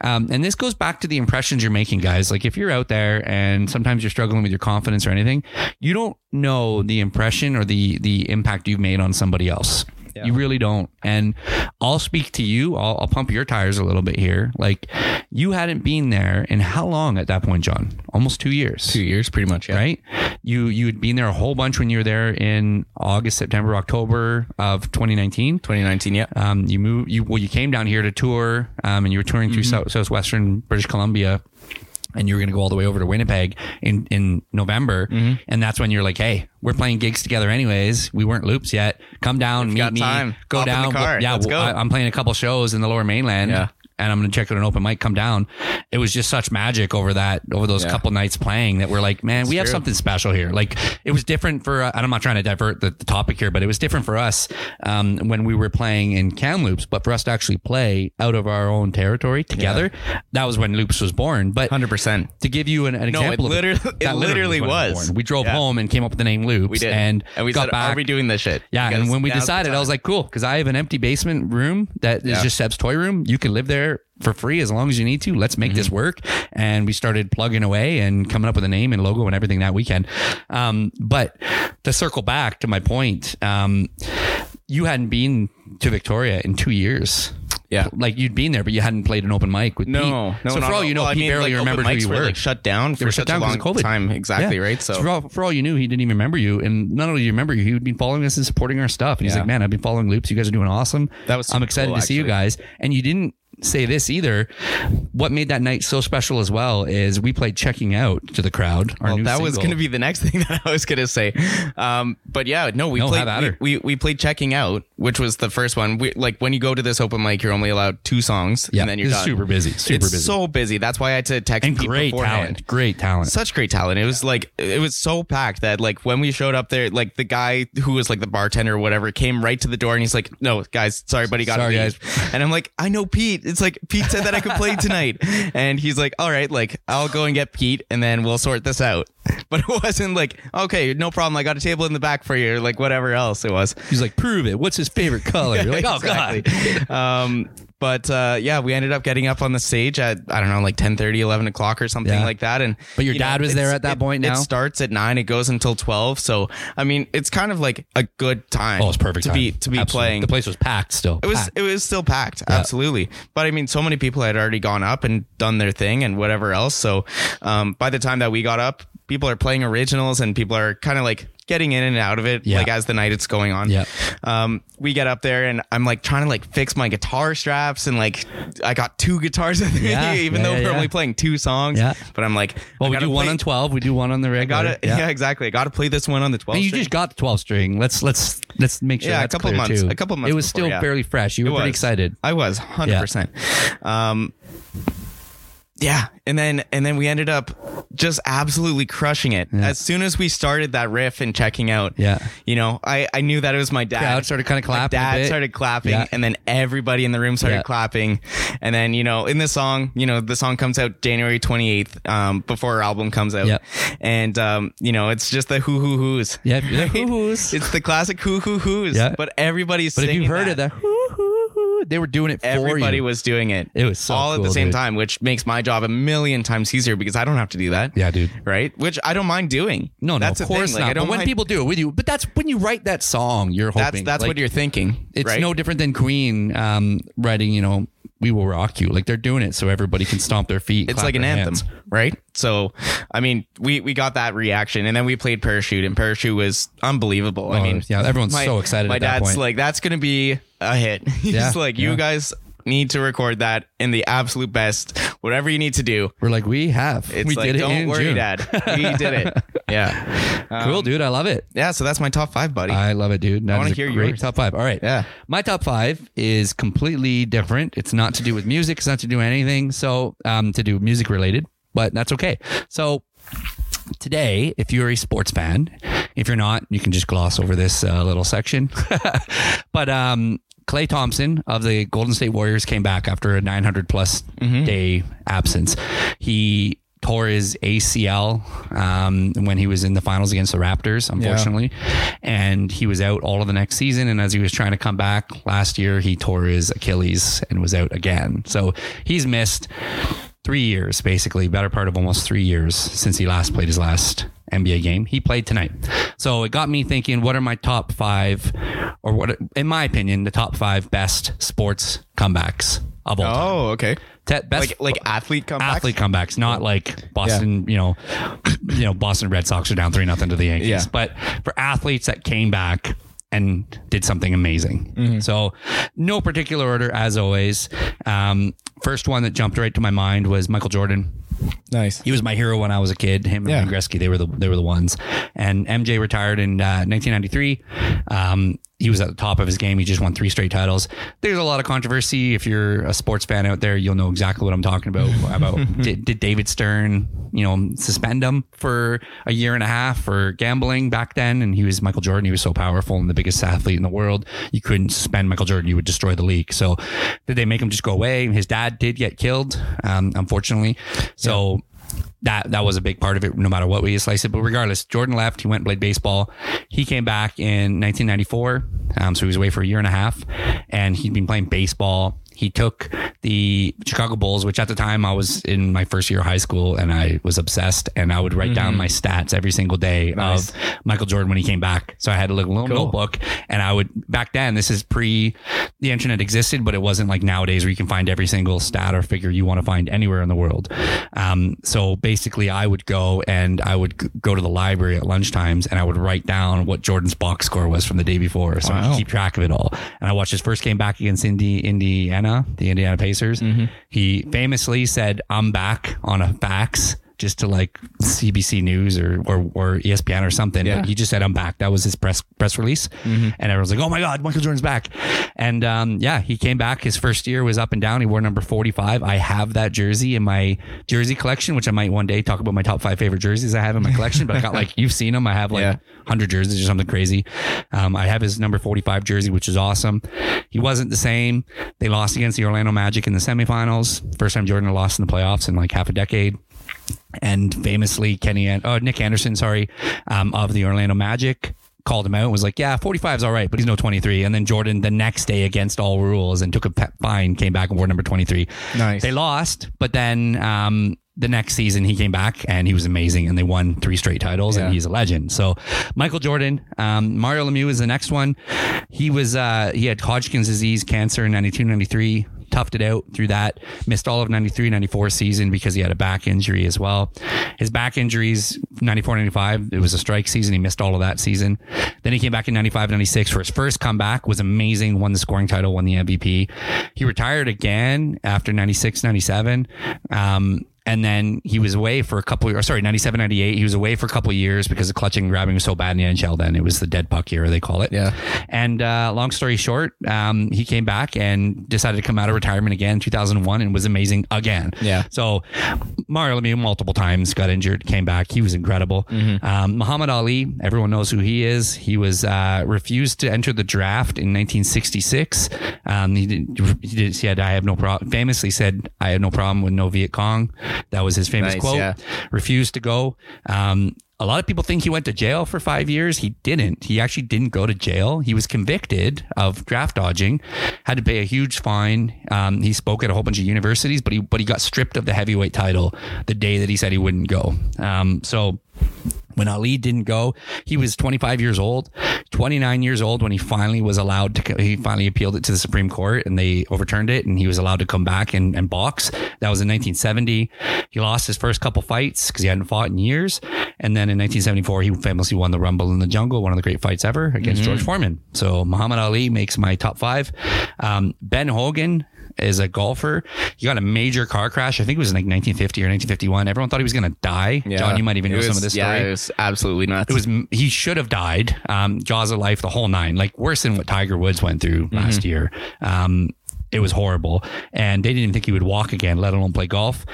Speaker 2: um, and this goes back to the impressions you're making, guys. Like if you're out there and sometimes you're struggling with your confidence or anything, you don't know the impression or the the impact you've made on somebody else.
Speaker 1: Yeah.
Speaker 2: You really don't. And I'll speak to you. I'll, I'll pump your tires a little bit here. Like you hadn't been there in how long at that point, John? Almost two years
Speaker 1: years, pretty much. Yeah.
Speaker 2: right? You you had been there a whole bunch when you were there in August, September, October of 2019.
Speaker 1: 2019. Yeah.
Speaker 2: Um, you moved you well, you came down here to tour, um, and you were touring through
Speaker 1: Mm-hmm.
Speaker 2: South, southwestern British Columbia. And you were going to go all the way over to Winnipeg in in November,
Speaker 1: Mm-hmm.
Speaker 2: and that's when you're like, "Hey, we're playing gigs together, anyways. We weren't loops yet. Come down, meet
Speaker 1: got
Speaker 2: me,
Speaker 1: time,
Speaker 2: go
Speaker 1: hop in the
Speaker 2: down.
Speaker 1: car.
Speaker 2: yeah,
Speaker 1: Let's
Speaker 2: well,
Speaker 1: go."
Speaker 2: I, I'm playing a couple shows in the Lower Mainland,
Speaker 1: Yeah.
Speaker 2: and I'm going to check out an open mic. Come down. It was just such magic over that over those
Speaker 1: Yeah.
Speaker 2: couple nights playing that we're like, man, we have
Speaker 1: true.
Speaker 2: something special here. Like it was different for, uh, and I'm not trying to divert the, the topic here, but it was different for us um, when we were playing in Kamloops. But for us to actually play out of our own territory together, that was when Loops was born. But
Speaker 1: 100%.
Speaker 2: to give you an, an
Speaker 1: No,
Speaker 2: example,
Speaker 1: it
Speaker 2: of
Speaker 1: literally- it
Speaker 2: that
Speaker 1: literally
Speaker 2: when it
Speaker 1: was.
Speaker 2: born. We drove
Speaker 1: Yeah.
Speaker 2: home and came up with the name Loops,
Speaker 1: We did.
Speaker 2: and
Speaker 1: and we
Speaker 2: got
Speaker 1: said,
Speaker 2: back.
Speaker 1: are we doing this shit?
Speaker 2: Yeah, and
Speaker 1: Because
Speaker 2: when we
Speaker 1: now's the
Speaker 2: decided, I
Speaker 1: time.
Speaker 2: was like, cool, because I have an empty basement room that is
Speaker 1: Yeah.
Speaker 2: just Seb's toy room. You can live there for free as long as you need to. Let's make
Speaker 1: Mm-hmm.
Speaker 2: this work. And we started plugging away and coming up with a name and logo and everything that weekend. Um, but to circle back to my point, um, you hadn't been to Victoria in two years.
Speaker 1: Yeah.
Speaker 2: Like you'd been there, but you hadn't played an open mic with Pete.
Speaker 1: No, no.
Speaker 2: So for
Speaker 1: not
Speaker 2: all
Speaker 1: at
Speaker 2: you know,
Speaker 1: Well, I
Speaker 2: he
Speaker 1: mean,
Speaker 2: barely
Speaker 1: like, open
Speaker 2: remembered who
Speaker 1: mics
Speaker 2: you
Speaker 1: were,
Speaker 2: were.
Speaker 1: like shut down for
Speaker 2: were shut
Speaker 1: such
Speaker 2: down
Speaker 1: a
Speaker 2: 'cause
Speaker 1: long
Speaker 2: of COVID.
Speaker 1: time. Exactly
Speaker 2: Yeah.
Speaker 1: right. So
Speaker 2: for all, for all you knew, he didn't even remember you. And not only do you remember you, he would been following us and supporting our stuff. And he's
Speaker 1: Yeah.
Speaker 2: like, "Man, I've been following Loops. You guys are doing awesome.
Speaker 1: That was
Speaker 2: I'm
Speaker 1: super
Speaker 2: excited
Speaker 1: cool,
Speaker 2: to see you
Speaker 1: actually.
Speaker 2: guys." And you didn't say this either. What made that night so special as well is we played "Checking Out" to the crowd. Our
Speaker 1: Well,
Speaker 2: new
Speaker 1: that was
Speaker 2: single.
Speaker 1: going to be the next thing that I was going to say. Um, but yeah, no, we
Speaker 2: No, have at
Speaker 1: played
Speaker 2: her.
Speaker 1: we, we, we played checking out, which was the first one. We, like when you go to this open mic, you're only allowed two songs,
Speaker 2: Yeah,
Speaker 1: and then you're
Speaker 2: it's
Speaker 1: done.
Speaker 2: super busy, super
Speaker 1: it's
Speaker 2: busy.
Speaker 1: so busy. That's why I had to text
Speaker 2: and
Speaker 1: Pete
Speaker 2: great
Speaker 1: beforehand.
Speaker 2: talent, great talent.
Speaker 1: Such great talent. It was like it was so packed that like when we showed up there, like the guy who was like the bartender or whatever came right to the door and he's like, "No, guys, sorry, buddy, got to
Speaker 2: Sorry,
Speaker 1: leave." And I'm like, "I know Pete. It's like Pete said that I could play tonight." And he's like, "All right, like I'll go and get Pete and then we'll sort this out." But it wasn't like, "Okay, no problem. I got a table in the back for you," or like whatever else it was.
Speaker 2: he's like, "Prove it. What's his favorite color?" You're like, "Oh God."
Speaker 1: Exactly. Um, but uh, yeah, we ended up getting up on the stage at I don't know, like 10, 11 o'clock or something
Speaker 2: Yeah.
Speaker 1: like that. And
Speaker 2: But your
Speaker 1: you know,
Speaker 2: dad was
Speaker 1: it's-
Speaker 2: there at that
Speaker 1: it-
Speaker 2: point
Speaker 1: It
Speaker 2: now?
Speaker 1: starts at nine, it goes until twelve. So I mean, it's kind of like a good time.
Speaker 2: Oh, it's perfect
Speaker 1: to
Speaker 2: time.
Speaker 1: be to be
Speaker 2: Absolutely.
Speaker 1: playing.
Speaker 2: The place was packed still.
Speaker 1: it was
Speaker 2: packed.
Speaker 1: it was still packed, absolutely. But I mean, so many people had already gone up and done their thing and whatever else. So um, by the time that we got up, people are playing originals and people are kind of like getting in and out of it,
Speaker 2: Yeah.
Speaker 1: like as the night it's going on
Speaker 2: Yeah.
Speaker 1: um, we get up there and I'm like trying to like fix my guitar straps and like I got two guitars, I think,
Speaker 2: Yeah,
Speaker 1: even
Speaker 2: yeah,
Speaker 1: though
Speaker 2: yeah,
Speaker 1: we're
Speaker 2: yeah.
Speaker 1: only playing two songs.
Speaker 2: Yeah.
Speaker 1: But I'm like,
Speaker 2: Well,
Speaker 1: I
Speaker 2: we
Speaker 1: gotta
Speaker 2: do one
Speaker 1: play-
Speaker 2: on twelve. We do one on the regular.
Speaker 1: Gotta, yeah. exactly. I got to play this one on the 12th.
Speaker 2: And you
Speaker 1: string.
Speaker 2: just got the 12 string. Let's let's let's make sure.
Speaker 1: Yeah, a
Speaker 2: that's
Speaker 1: couple
Speaker 2: clear
Speaker 1: months-
Speaker 2: too.
Speaker 1: a couple months
Speaker 2: It was
Speaker 1: before,
Speaker 2: still
Speaker 1: yeah.
Speaker 2: fairly fresh. You were
Speaker 1: It
Speaker 2: pretty
Speaker 1: was.
Speaker 2: excited.
Speaker 1: I was 100%. Um, yeah and then and then we ended up just absolutely crushing it as soon as we started that riff and checking out
Speaker 2: Yeah.
Speaker 1: you know i i knew that it was my dad
Speaker 2: Crowd started kinda
Speaker 1: My
Speaker 2: clapping a
Speaker 1: dad
Speaker 2: bit.
Speaker 1: started clapping
Speaker 2: Yeah.
Speaker 1: and then everybody in the room started
Speaker 2: Yeah.
Speaker 1: clapping and then you know in the song you know the song comes out january 28th um before our album comes out
Speaker 2: Yeah.
Speaker 1: and um you know it's just the hoo hoo hoos
Speaker 2: Yeah, the hoo-hoos.
Speaker 1: it's the classic hoo hoo hoos
Speaker 2: Yeah.
Speaker 1: but everybody's
Speaker 2: But if
Speaker 1: singing
Speaker 2: you've heard
Speaker 1: that.
Speaker 2: of the hoo hoo hoo, they were doing it for
Speaker 1: Everybody
Speaker 2: you.
Speaker 1: was doing it.
Speaker 2: It was so
Speaker 1: all at
Speaker 2: cool,
Speaker 1: the same
Speaker 2: dude.
Speaker 1: time, which makes my job a million times easier because I don't have to do that.
Speaker 2: Yeah, dude.
Speaker 1: Right? Which I don't mind doing.
Speaker 2: No, no,
Speaker 1: that's
Speaker 2: of
Speaker 1: the
Speaker 2: course
Speaker 1: thing.
Speaker 2: not.
Speaker 1: Like, I don't
Speaker 2: but when
Speaker 1: mind-
Speaker 2: people do it with you, but that's when you write that song, you're hoping
Speaker 1: that's that's
Speaker 2: like,
Speaker 1: what you're thinking.
Speaker 2: It's
Speaker 1: right?
Speaker 2: no different than Queen um, writing, you know, "We Will Rock You." Like they're doing it so everybody can stomp their feet.
Speaker 1: it's
Speaker 2: clap
Speaker 1: like an
Speaker 2: their
Speaker 1: anthem,
Speaker 2: hands.
Speaker 1: right? So, I mean, we we got that reaction, and then we played parachute, and parachute was unbelievable. I
Speaker 2: Oh,
Speaker 1: mean,
Speaker 2: yeah, everyone's
Speaker 1: my-
Speaker 2: so excited.
Speaker 1: My
Speaker 2: at that
Speaker 1: dad's
Speaker 2: point.
Speaker 1: like, that's gonna be a hit. He's
Speaker 2: Yeah,
Speaker 1: like,
Speaker 2: yeah.
Speaker 1: you guys need to record that in the absolute best, whatever you need to do.
Speaker 2: we're like, we have,
Speaker 1: It's
Speaker 2: we
Speaker 1: like,
Speaker 2: did it
Speaker 1: don't
Speaker 2: in
Speaker 1: worry,
Speaker 2: June.
Speaker 1: Dad, Um, we did it. Yeah,
Speaker 2: cool, dude. I love it.
Speaker 1: yeah. So that's my top five, buddy.
Speaker 2: I love it, dude. That
Speaker 1: wanna
Speaker 2: is a
Speaker 1: hear
Speaker 2: great
Speaker 1: yours.
Speaker 2: top five. All right.
Speaker 1: Yeah.
Speaker 2: My top five is completely different. It's not to do with music. It's not to do anything. So, um, to do music related, but that's okay. So, today, if you're a sports fan, if you're not, you can just gloss over this uh, little section. but, um, Clay Thompson of the Golden State Warriors came back after a 900 plus day absence. He tore his ACL um, when he was in the finals against the Raptors, unfortunately. And he was out all of the next season. And as he was trying to come back last year, he tore his Achilles and was out again. So he's missed three years, basically, better part of almost three years since he last played his last NBA game. He played tonight. So it got me thinking what are my top five, or what, in my opinion, the top five best sports comebacks of all time?
Speaker 1: Oh, okay.
Speaker 2: Te- best
Speaker 1: Like like athlete comeback.
Speaker 2: athlete comebacks, not like Boston, you know, you know, Boston Red Sox are down three nothing to the Yankees,
Speaker 1: Yeah.
Speaker 2: but for athletes that came back and did something amazing. So, no particular order as always. Um, first one that jumped right to my mind was Michael Jordan.
Speaker 1: Nice.
Speaker 2: He was my hero when I was a kid. Him and
Speaker 1: Yeah.
Speaker 2: Wayne Gretzky, they were the they were the ones. And MJ retired in uh, 1993. Um, he was at the top of his game. He just won three straight titles. There's a lot of controversy. If you're a sports fan out there, you'll know exactly what I'm talking about. about did, did David Stern, you know, suspend him for a year and a half for gambling back then? And he was Michael Jordan. He was so powerful and the biggest athlete in the world. You couldn't suspend Michael Jordan. You would destroy the league. So did they make him just go away? His dad did get killed, um, unfortunately. So that that was a big part of it, no matter what way you slice it. But regardless, Jordan left. He went and played baseball. He came back in 1994, um, so he was away for a year and a half, and he'd been playing baseball. He took the Chicago Bulls, which at the time I was in my first year of high school, and I was obsessed. And I would write down my stats every single day
Speaker 1: Nice.
Speaker 2: of Michael Jordan when he came back. So I had a little, little notebook, and I would back then. This is pre the internet existed, but it wasn't like nowadays where you can find every single stat or figure you want to find anywhere in the world. Um, so basically, I would go and I would g- go to the library at lunchtimes and I would write down what Jordan's box score was from the day before, so I could keep track of it all. And I watched his first game back against Indy, Indiana, the Indiana Pacers. He famously said, "I'm back on a fax." just to like CBC News or or, or E ESPN or something. But he just said, "I'm back." That was his press press release, and everyone's like, "Oh my God, Michael Jordan's back!" And um, yeah, he came back. His first year was up and down. He wore number 45. I have that jersey in my jersey collection, which I might one day talk about my top five favorite jerseys I have in my collection. But I got like you've seen them. I have like
Speaker 1: Yeah.
Speaker 2: 100 jerseys or something crazy. Um, I have his number 45 jersey, which is awesome. He wasn't the same. They lost against the Orlando Magic in the semifinals. First time Jordan lost in the playoffs in like half a decade and famously Kenny and oh Nick Anderson, sorry, um, of the Orlando Magic called him out and was like, yeah, 45 is all right, but he's no 23. And then Jordan the next day against all rules and took a pe- fine, came back and wore number 23.
Speaker 1: Nice.
Speaker 2: They lost, but then um, the next season he came back and he was amazing and they won three straight titles and
Speaker 1: Yeah.
Speaker 2: he's a legend. So Michael Jordan, um, Mario Lemieux is the next one. He was uh, he had Hodgkin's disease, cancer in 92, 93. Toughed it out through that. Missed all of 93, 94 season because he had a back injury as well. His back injuries, 94, 95, it was a strike season. He missed all of that season. Then he came back in 95, 96 for his first comeback, was amazing, won the scoring title, won the MVP. He retired again after 96, 97. Um, and then he was away for a couple or sorry 97 98 he was away for a couple years because the clutching and grabbing was so bad in the nhl then it was the dead puck era they call it
Speaker 1: Yeah.
Speaker 2: and uh, long story short um, he came back and decided to come out of retirement again in 2001 and was amazing again
Speaker 1: Yeah.
Speaker 2: so mario lemieux multiple times got injured came back he was incredible um, muhammad ali everyone knows who he is he was uh, refused to enter the draft in 1966 um, he, did, he, did, he had i have no problem famously said i have no problem with no viet cong that was his famous
Speaker 1: Nice,
Speaker 2: quote.
Speaker 1: yeah.
Speaker 2: Refused to go. Um, a lot of people think he went to jail for five years. He didn't. He actually didn't go to jail. He was convicted of draft dodging, had to pay a huge fine. Um, he spoke at a whole bunch of universities, but he but he got stripped of the heavyweight title the day that he said he wouldn't go. Um, so when Ali didn't go, he was 25 years old, 29 years old when he finally was allowed to, co- he finally appealed it to the Supreme Court and they overturned it and he was allowed to come back and, and box. That was in 1970. He lost his first couple fights because he hadn't fought in years. And then in 1974, he famously won the Rumble in the Jungle, one of the great fights ever against
Speaker 1: Mm-hmm.
Speaker 2: George Foreman. So Muhammad Ali makes my top five. Um, ben Hogan, is a golfer. He got a major car crash. I think it was in like 1950 or 1951. Everyone thought he was going to die.
Speaker 1: Yeah.
Speaker 2: John, you might even
Speaker 1: It
Speaker 2: know some
Speaker 1: was-
Speaker 2: of this
Speaker 1: yeah,
Speaker 2: story.
Speaker 1: It was absolutely nuts.
Speaker 2: It was he should have died. Um, jaws of life, the whole nine, like worse than what Tiger Woods went through last year. Um, it was horrible, and they didn't even think he would walk again, let alone play golf.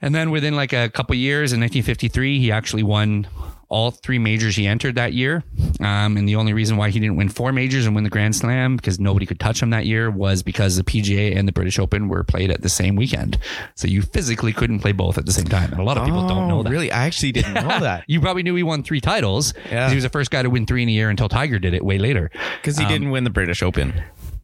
Speaker 2: and then within like a couple years, in 1953, he actually won all three majors he entered that year. Um, and the only reason why he didn't win four majors and win the Grand Slam because nobody could touch him that year was because the PGA and the British Open were played at the same weekend, so you physically couldn't play both at the same time. And a lot of people don't know
Speaker 1: Oh,
Speaker 2: that.
Speaker 1: Really? I actually didn't know that
Speaker 2: You probably knew he won three titles. 'cause He was the first guy to win three in a year until Tiger did it way later.
Speaker 1: because
Speaker 2: Um,
Speaker 1: he didn't win the British Open.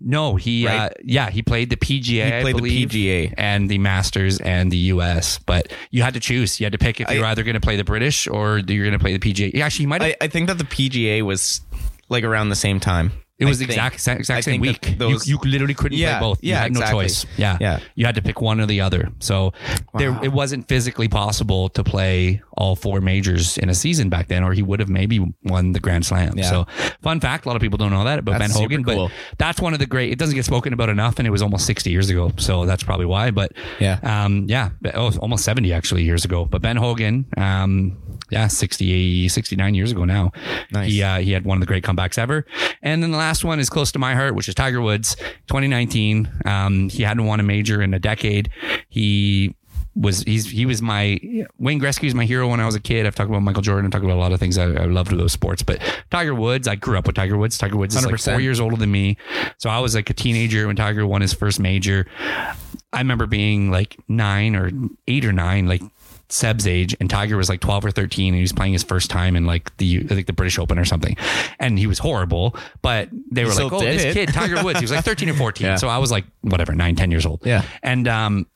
Speaker 2: No, he uh,
Speaker 1: Right?
Speaker 2: yeah, he played the PGA,
Speaker 1: He played
Speaker 2: I
Speaker 1: the
Speaker 2: believe,
Speaker 1: PGA.
Speaker 2: and the Masters and the US. But you had to choose. You had to pick if you're either going to play the British or you're going to play the PGA. Yeah, Actually, he might have.
Speaker 1: I, I think that the PGA was like around the same time.
Speaker 2: It was
Speaker 1: I
Speaker 2: the
Speaker 1: think.
Speaker 2: exact exact,
Speaker 1: I
Speaker 2: exact
Speaker 1: think
Speaker 2: same week.
Speaker 1: that those-
Speaker 2: you, you literally couldn't
Speaker 1: Yeah,
Speaker 2: play both. you
Speaker 1: yeah,
Speaker 2: had no
Speaker 1: exactly.
Speaker 2: choice. Yeah,
Speaker 1: Yeah.
Speaker 2: You had to pick one or the other. So there, it wasn't physically possible to play all four majors in a season back then, or he would have maybe won the Grand Slam.
Speaker 1: Yeah.
Speaker 2: So fun fact: a lot of people don't know that about
Speaker 1: That's
Speaker 2: Ben
Speaker 1: super
Speaker 2: Hogan,
Speaker 1: cool.
Speaker 2: but that's one of the great. It doesn't get spoken about enough, and it was almost sixty years ago, so that's probably why. But
Speaker 1: Yeah.
Speaker 2: um, yeah, but- oh, it's almost seventy actually years ago. But Ben Hogan, um, yeah, 60, 69 years ago now.
Speaker 1: Nice.
Speaker 2: He uh, he had one of the great comebacks ever. And then the last one is close to my heart, which is Tiger Woods, 2019. Um, he hadn't won a major in a decade. He was he's he was my Wayne Gretzky was my hero when I was a kid. I've talked about Michael Jordan. I've talked about a lot of things I, I loved with those sports. But Tiger Woods, I grew up with Tiger Woods. Tiger Woods is like
Speaker 1: 100%.
Speaker 2: four years older than me, so I was like a teenager when Tiger won his first major. I remember being like nine or eight or nine, like Seb's age, and Tiger was like twelve or thirteen, and he was playing his first time in like the I think the British Open or something, and he was horrible. But they were
Speaker 1: still
Speaker 2: like, "Oh,
Speaker 1: did
Speaker 2: this
Speaker 1: it."
Speaker 2: kid, Tiger Woods." He was like thirteen or fourteen,
Speaker 1: Yeah.
Speaker 2: so I was like, whatever, nine, ten years old.
Speaker 1: Yeah.
Speaker 2: and um.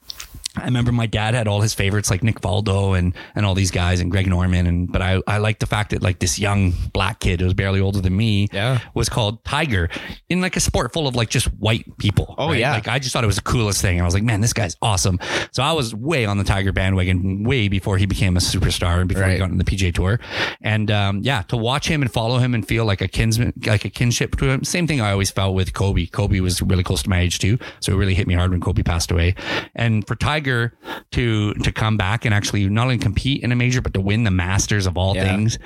Speaker 2: I remember my dad had all his favorites like Nick Faldo and and all these guys and Greg Norman and but I I liked the fact that like this young black kid who was barely older than me
Speaker 1: Yeah.
Speaker 2: was called Tiger in like a sport full of like just white people.
Speaker 1: Oh, yeah.
Speaker 2: Like I just thought it was the coolest thing. And I was like, man, this guy's awesome. So I was way on the Tiger bandwagon way before he became a superstar and before he
Speaker 1: Right.
Speaker 2: got on the PJ tour. And um, yeah, to watch him and follow him and feel like a kinsman like a kinship to him. Same thing I always felt with Kobe. Kobe was really close to my age too. So it really hit me hard when Kobe passed away. And for Tiger to to come back and actually not only compete in a major, but to win the masters of all
Speaker 1: Yeah.
Speaker 2: things.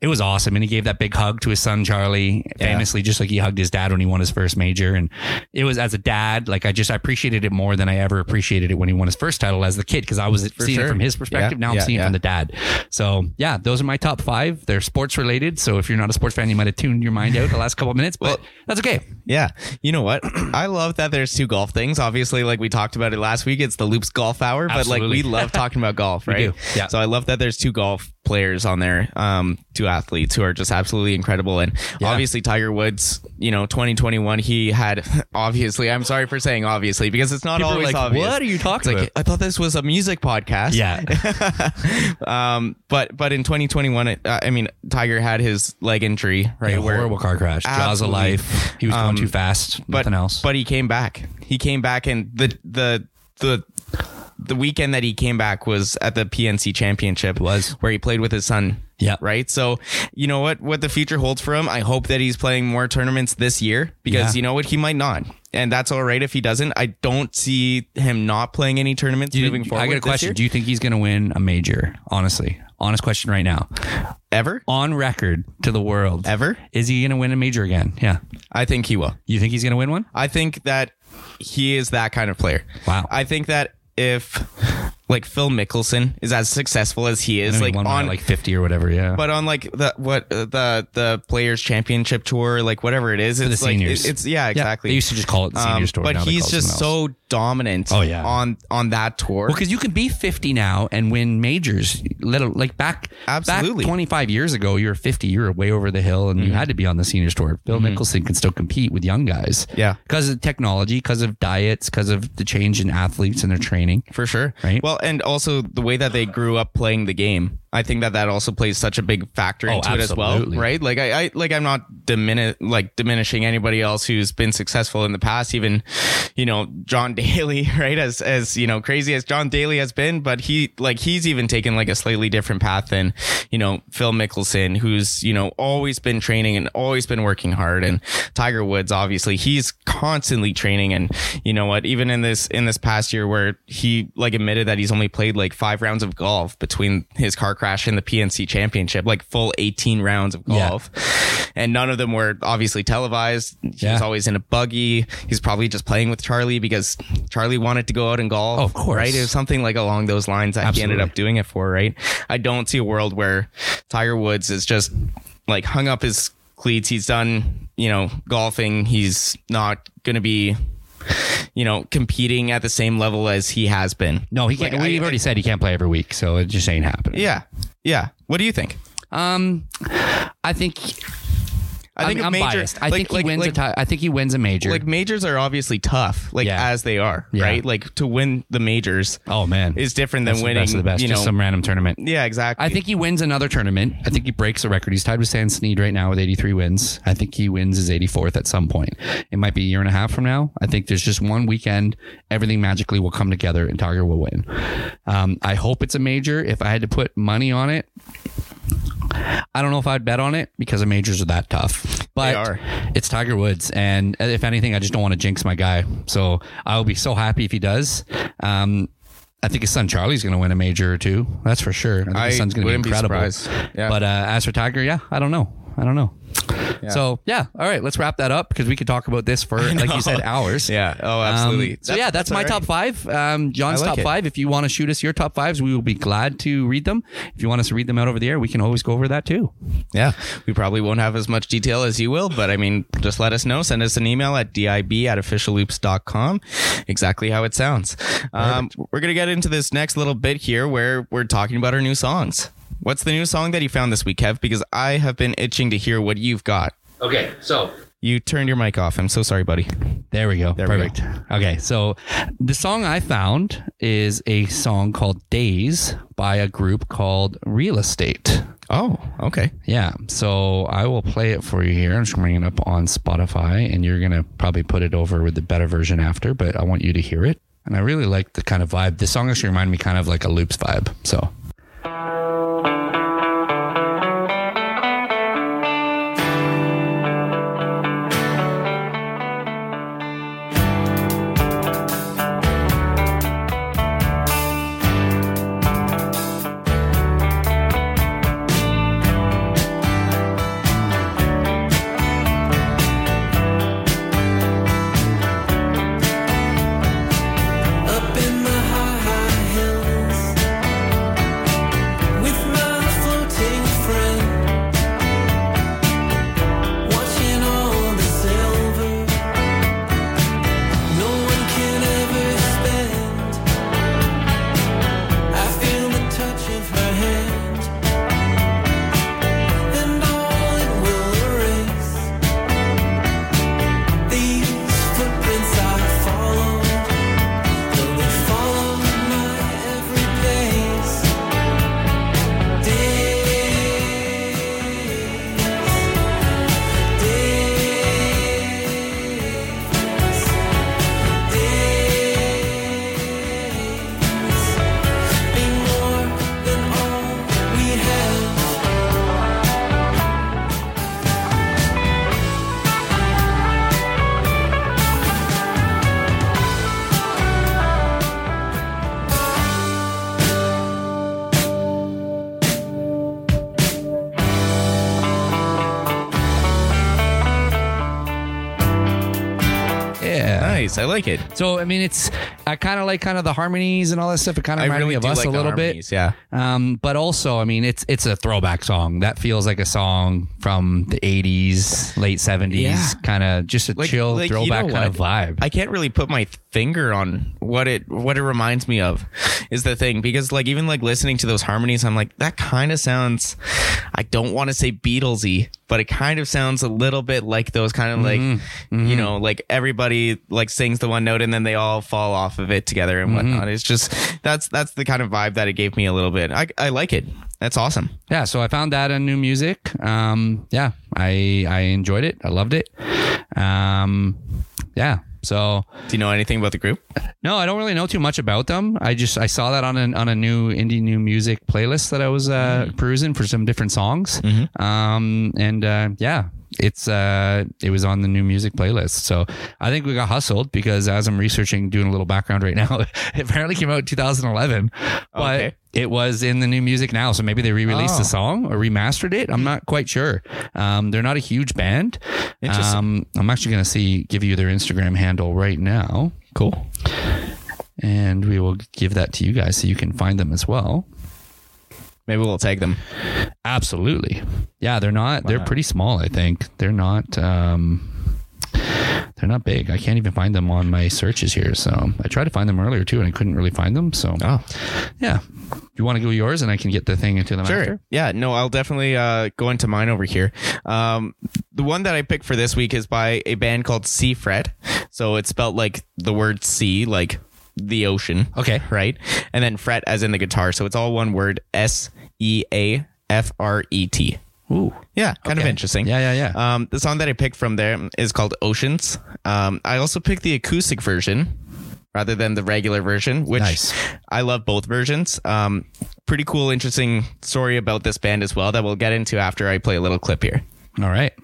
Speaker 2: It was awesome. And he gave that big hug to his son Charlie, famously, just like he hugged his dad when he won his first major. And it was as a dad, like I just I appreciated it more than I ever appreciated it when he won his first title as the kid because I was seeing it
Speaker 1: sure.
Speaker 2: from his perspective.
Speaker 1: Yeah,
Speaker 2: Now I'm
Speaker 1: yeah,
Speaker 2: seeing it
Speaker 1: yeah.
Speaker 2: from the dad. So yeah, those are my top five. They're sports related. So if you're not a sports fan, you might have tuned your mind out the last couple of minutes, but that's okay.
Speaker 1: Yeah. You know what? I love that there's two golf things. Obviously, like we talked about it last week, it's the Loops Golf Hour, but
Speaker 2: Absolutely.
Speaker 1: like we love talking about golf, right?
Speaker 2: do. Yeah.
Speaker 1: So I love that there's two golf players on there, um, two athletes who are just absolutely incredible. And obviously, Tiger Woods, you know, 2021, he had obviously, I'm sorry for saying obviously because it's not
Speaker 2: People are
Speaker 1: always
Speaker 2: like,
Speaker 1: obvious.
Speaker 2: "What are you talking
Speaker 1: It's like,
Speaker 2: about?"
Speaker 1: I thought this was a music podcast.
Speaker 2: Yeah.
Speaker 1: Um, but but in 2021, it- uh, I mean, Tiger had his leg injury, right?
Speaker 2: A
Speaker 1: where-
Speaker 2: horrible car crash, jaws of
Speaker 1: Absolutely. Um,
Speaker 2: life. He was going too fast,
Speaker 1: but
Speaker 2: nothing else.
Speaker 1: but he came back. He came back, and the the the the weekend that he came back was at the PNC Championship,
Speaker 2: Was.
Speaker 1: where he played with his son.
Speaker 2: Yeah.
Speaker 1: Right. So you know what what the future holds for him. I hope that he's playing more tournaments this year because
Speaker 2: Yeah.
Speaker 1: you know what he might not, and that's all right if he doesn't. I don't see him not playing any tournaments
Speaker 2: Do you-
Speaker 1: moving forward.
Speaker 2: I got a
Speaker 1: this
Speaker 2: question.
Speaker 1: year.
Speaker 2: Do you think he's going to win a major? Honestly, honest question right now,
Speaker 1: Ever,
Speaker 2: on record to the world.
Speaker 1: ever,
Speaker 2: Is he going to win a major again? Yeah.
Speaker 1: I think he will.
Speaker 2: You think he's going to win one?
Speaker 1: I think that he is that kind of player.
Speaker 2: Wow.
Speaker 1: I think that if like Phil Mickelson is as successful as he is,
Speaker 2: I mean,
Speaker 1: like
Speaker 2: one by,
Speaker 1: on
Speaker 2: like fifty or whatever. Yeah.
Speaker 1: but on like the what uh, the the players championship tour like whatever it is it's
Speaker 2: the
Speaker 1: like
Speaker 2: seniors.
Speaker 1: it- it's yeah
Speaker 2: Yeah,
Speaker 1: exactly
Speaker 2: they used to just call it the senior
Speaker 1: Um,
Speaker 2: store.
Speaker 1: but
Speaker 2: now they
Speaker 1: he's
Speaker 2: call it
Speaker 1: just
Speaker 2: something else.
Speaker 1: so dominant
Speaker 2: Oh, yeah.
Speaker 1: on on that tour
Speaker 2: Well, because you can be 50 now and win majors. Let al- like back,
Speaker 1: Absolutely. Mm-hmm.
Speaker 2: back 25 years ago, you were 50, you were way over the hill, and you had to be on the senior tour. Bill Nicholson can still compete with young guys.
Speaker 1: Yeah.
Speaker 2: because of technology, because of diets, because of the change in athletes and their training.
Speaker 1: for sure
Speaker 2: Right.
Speaker 1: well and also the way that they grew up playing the game i think that that also plays such a big factor into it as
Speaker 2: Oh, absolutely.
Speaker 1: well right like i, I like i'm not dimini- like diminishing anybody else who's been successful in the past even you know john daly right as as you know crazy as john daly has been but he like he's even taken like a slightly different path than you know phil mickelson who's you know always been training and always been working hard and tiger woods obviously he's constantly training and you know what even in this in this past year where he like admitted that he's only played like five rounds of golf between his car crash and the pnc championship like full 18 rounds of
Speaker 2: Yeah.
Speaker 1: golf and none of them were obviously televised he
Speaker 2: Yeah.
Speaker 1: was always in a buggy he's probably just playing with charlie because charlie wanted to go out and golf
Speaker 2: Oh, of course.
Speaker 1: right it was something like along those lines that he ended
Speaker 2: Absolutely.
Speaker 1: up doing it for, right? I don't see a world where Tiger Woods is just like hung up his cleats. He's done, you know, golfing. He's not going to be, you know, competing at the same level as he has been.
Speaker 2: No, he can't.
Speaker 1: Like, I-
Speaker 2: we've already said he can't play every week, so it just ain't happening.
Speaker 1: Yeah. Yeah. What do you think?
Speaker 2: Um, I think
Speaker 1: I think
Speaker 2: I'm,
Speaker 1: a
Speaker 2: I'm
Speaker 1: major-
Speaker 2: biased. I
Speaker 1: like-
Speaker 2: think he
Speaker 1: like-
Speaker 2: wins
Speaker 1: like-
Speaker 2: a ti- I think he wins a major.
Speaker 1: Like majors are obviously tough, like
Speaker 2: Yeah.
Speaker 1: as they are,
Speaker 2: Yeah.
Speaker 1: right? Like to win the majors
Speaker 2: oh man,
Speaker 1: is different than
Speaker 2: That's
Speaker 1: winning,
Speaker 2: the best of the best.
Speaker 1: you know.
Speaker 2: just some random tournament.
Speaker 1: yeah, exactly.
Speaker 2: I think he wins another tournament. I think he breaks the record. He's tied with Stan Snead right now with 83 wins. I think he wins his 84th at some point. It might be a year and a half from now. I think there's just one weekend. Everything magically will come together and Tiger will win. Um, I hope it's a major. If I had to put money on it, I don't know if I'd bet on it because the majors are that tough. But
Speaker 1: are.
Speaker 2: it's Tiger Woods, and if anything, I just don't want to jinx my guy. So I will be so happy if he does. Um, I think his son Charlie's going to win a major or two. That's for sure. I think his
Speaker 1: I
Speaker 2: son's going to be
Speaker 1: wouldn't be
Speaker 2: incredible.
Speaker 1: surprised. Yeah.
Speaker 2: But uh, as for Tiger, yeah, I don't know. I don't know. So yeah, all right, let's wrap that up because we could talk about this for like you said hours.
Speaker 1: Yeah. Oh,
Speaker 2: Um,
Speaker 1: absolutely.
Speaker 2: so yeah, that's, my
Speaker 1: all right.
Speaker 2: top five. Um, John's
Speaker 1: like
Speaker 2: top
Speaker 1: it.
Speaker 2: five. If you want to shoot us your top fives, we will be glad to read them. If you want us to read them out over the air, we can always go over that too.
Speaker 1: Yeah, we probably won't have as much detail as you will, but I mean, just let us know. Send us an email at dib at officialloops.com. Exactly how it sounds. Um, we're going to get into this next little bit here where we're talking about our new songs. What's the new song that you found this week, Kev? Because I have been itching to hear what you've got.
Speaker 2: Okay, so
Speaker 1: You turned your mic off. I'm so sorry, buddy.
Speaker 2: There we go.
Speaker 1: we
Speaker 2: Perfect. Okay. So the song I found is a song called Days by a group called Real Estate.
Speaker 1: Oh, okay.
Speaker 2: Yeah. So I will play it for you here. I'm just going to bring it up on Spotify and you're going to probably put it over with the better version after, but I want you to hear it. And I really like the kind of vibe. The song actually reminded me kind of like a loops vibe. So
Speaker 3: Up in the high, high hills,
Speaker 1: nice. I like it.
Speaker 2: So I mean, it's I kind of like kind of the harmonies and all that stuff. It kind of
Speaker 1: I
Speaker 2: reminds
Speaker 1: really
Speaker 2: me of
Speaker 1: do
Speaker 2: us
Speaker 1: like
Speaker 2: a
Speaker 1: the
Speaker 2: little
Speaker 1: harmonies,
Speaker 2: bit.
Speaker 1: yeah.
Speaker 2: Um, but also, I mean, it's it's a throwback song that feels like a song from the '80s, late '70s,
Speaker 1: Yeah.
Speaker 2: kind of just a chill
Speaker 1: like, you
Speaker 2: throwback
Speaker 1: know
Speaker 2: kind of
Speaker 1: what?
Speaker 2: vibe.
Speaker 1: I can't really put my finger on what it what it reminds me of is the thing because like even like listening to those harmonies I'm like that kind of sounds I don't want to say Beatlesy but it kind of sounds a little bit like those kind of like
Speaker 2: Mm-hmm.
Speaker 1: you know like everybody like sings the one note and then they all fall off of it together and
Speaker 2: Mm-hmm.
Speaker 1: whatnot it's just that's that's the kind of vibe that it gave me a little bit I I like it that's awesome
Speaker 2: yeah, so I found that on new music. Um, yeah, I I enjoyed it. I loved it. Um, yeah. So
Speaker 1: do you know anything about the group
Speaker 2: no, I don't really know too much about them. I just I saw that on an, on a new indie new music playlist that I was uh,
Speaker 1: Mm-hmm.
Speaker 2: perusing for some different songs. Um, and uh, yeah, it's uh, it was on the new music playlist. So I think we got hustled because as I'm researching, doing a little background right now, it apparently came out in 2011, but
Speaker 1: Okay.
Speaker 2: it was in the new music now. So maybe they re-released
Speaker 1: Oh. Mm-hmm.
Speaker 2: the song or remastered it. I'm not quite sure. Um, they're not a huge band.
Speaker 1: Interesting.
Speaker 2: Um, I'm actually going to see give you their Instagram handle right now. Cool. And we will give that to you guys so you can find them as well.
Speaker 1: maybe we'll tag them
Speaker 2: Absolutely. Yeah, they're not they're pretty small, I think. They're not um they're not big. I can't even find them on my searches here. So I tried to find them earlier too, and I couldn't really find them. So
Speaker 1: oh
Speaker 2: yeah, you want to go yours, and I can get the thing into them
Speaker 1: Sure.
Speaker 2: after.
Speaker 1: Yeah. No, I'll definitely uh, go into mine over here. Um, the one that I picked for this week is by a band called Sea Fret. So it's spelled like the word sea, like the ocean.
Speaker 2: Okay.
Speaker 1: Right. And then fret as in the guitar. So it's all one word S E A F R E T.
Speaker 2: Ooh,
Speaker 1: Yeah. Kind of
Speaker 2: Okay.
Speaker 1: interesting.
Speaker 2: Yeah, yeah, yeah.
Speaker 1: Um, the song that I picked from there is called Oceans. Um, I also picked the acoustic version rather than the regular version, which
Speaker 2: Nice.
Speaker 1: I love both versions. Um, pretty cool, interesting story about this band as well that we'll get into after I play a little clip here.
Speaker 2: All right.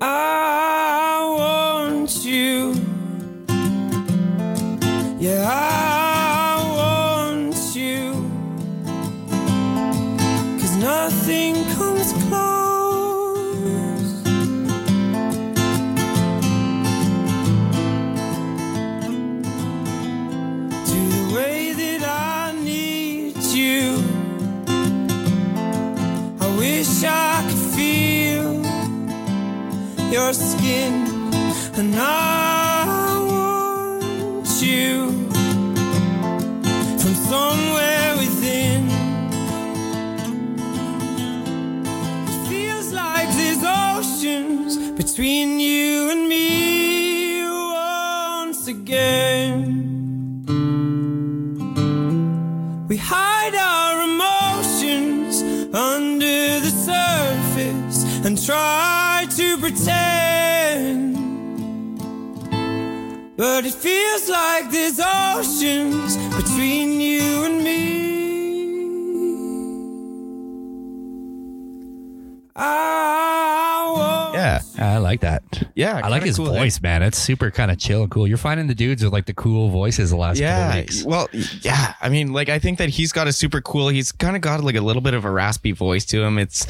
Speaker 3: I want you. Yeah, I want you. Cause nothing comes close. To the way that I need you. I wish I could feel your skin and I want you from somewhere within. It feels like there's oceans between you and me once again. We hide our emotions under the surface and try to pretend. But it feels like there's oceans between you and me. I want
Speaker 1: Yeah.
Speaker 2: I like that.
Speaker 1: Yeah,
Speaker 2: I like
Speaker 1: kinda
Speaker 2: his
Speaker 1: cool, eh?
Speaker 2: voice, man. It's super kind of chill and cool. You're finding the dudes with like the cool voices the last couple
Speaker 1: Yeah.
Speaker 2: of weeks.
Speaker 1: Well, yeah. I mean, like, I think that he's got a super cool. He's kind of got like a little bit of a raspy voice to him. It's,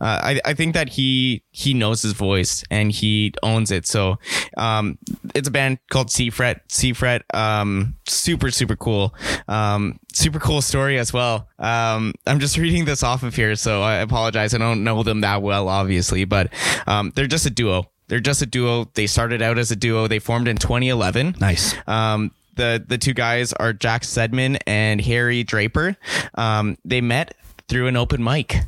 Speaker 1: uh, I, I think that he he knows his voice and he owns it. So, um, it's a band called C Fret. C Fret. Um, super super cool. Um, super cool story as well. Um, I'm just reading this off of here, so I apologize. I don't know them that well, obviously, but um, they're just a duo. They're just a duo. They started out as a duo. They formed in 2011.
Speaker 2: Nice.
Speaker 1: Um, the the two guys are Jack Sedman and Harry Draper. Um, they met through an open mic.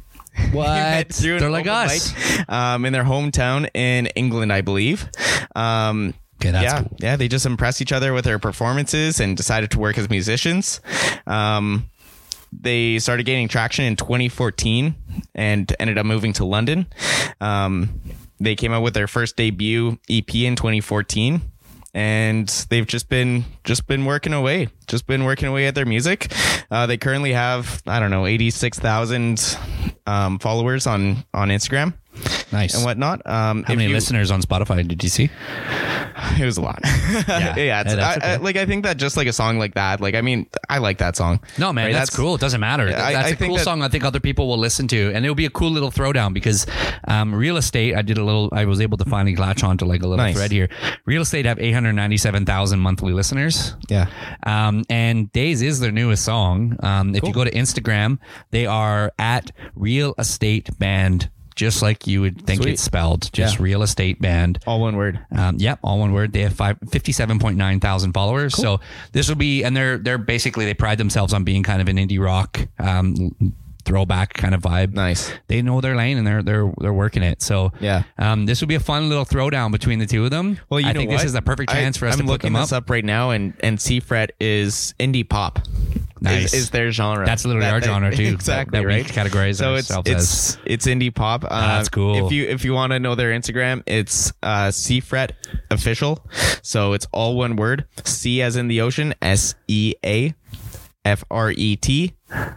Speaker 2: What?
Speaker 1: Met through an
Speaker 2: They're like
Speaker 1: open
Speaker 2: us.
Speaker 1: mic, um, in their hometown in England, I believe. Um,
Speaker 2: Okay, that's
Speaker 1: yeah,
Speaker 2: cool.
Speaker 1: yeah. They just impressed each other with their performances and decided to work as musicians. Um, they started gaining traction in 2014 and ended up moving to London. Um, they came out with their first debut EP in 2014 and they've just been just been working away just been working away at their music uh, they currently have i don't know 86000 um, followers on on instagram
Speaker 2: Nice.
Speaker 1: and whatnot um
Speaker 2: How many
Speaker 1: you,
Speaker 2: listeners on Spotify did you see?
Speaker 1: it was a lot.
Speaker 2: Yeah.
Speaker 1: Yeah, it's,
Speaker 2: Yeah, that's
Speaker 1: I, I,
Speaker 2: okay.
Speaker 1: like I think that just like a song like that. Like I mean, I like that song.
Speaker 2: No, man,
Speaker 1: Right?
Speaker 2: that's, cool. It doesn't matter.
Speaker 1: Yeah, I-
Speaker 2: that's
Speaker 1: I
Speaker 2: a
Speaker 1: think
Speaker 2: cool
Speaker 1: that-
Speaker 2: song. I think other people will listen to, and it'll be a cool little throwdown because um, real estate. I did a little. I was able to finally latch onto like a little
Speaker 1: Nice.
Speaker 2: thread here. Real estate have eight hundred ninety-seven thousand monthly listeners.
Speaker 1: Yeah.
Speaker 2: Um, and Days is their newest song. Um, if you go to Instagram, they are at Real Estate Band, just like you would think
Speaker 1: Sweet.
Speaker 2: it's spelled, just Real Estate Band.
Speaker 1: All one word.
Speaker 2: Um, yep, all one word. They have five, 57.9 thousand followers. So this will be, and they're they're basically they pride themselves on being kind of an indie rock um, throwback kind of vibe.
Speaker 1: Nice.
Speaker 2: They know their lane and they're they're they're working it. So
Speaker 1: Yeah.
Speaker 2: um, this will be a fun little throwdown between the two of them.
Speaker 1: Well, you
Speaker 2: I
Speaker 1: know
Speaker 2: think
Speaker 1: what?
Speaker 2: this is the perfect chance
Speaker 1: I,
Speaker 2: for us
Speaker 1: I'm
Speaker 2: to put
Speaker 1: looking
Speaker 2: them
Speaker 1: this up right now, and and C fret is indie pop.
Speaker 2: Nice.
Speaker 1: Is, is their genre?
Speaker 2: That's literally our genre, too, that-
Speaker 1: Exactly
Speaker 2: that we
Speaker 1: right.
Speaker 2: categorize
Speaker 1: so it's
Speaker 2: ourselves
Speaker 1: it's it's indie pop. Uh,
Speaker 2: That's cool.
Speaker 1: If you if you want to know their Instagram, it's uh, C fret official. So it's all one word. C as in the ocean. S E A. F R E T,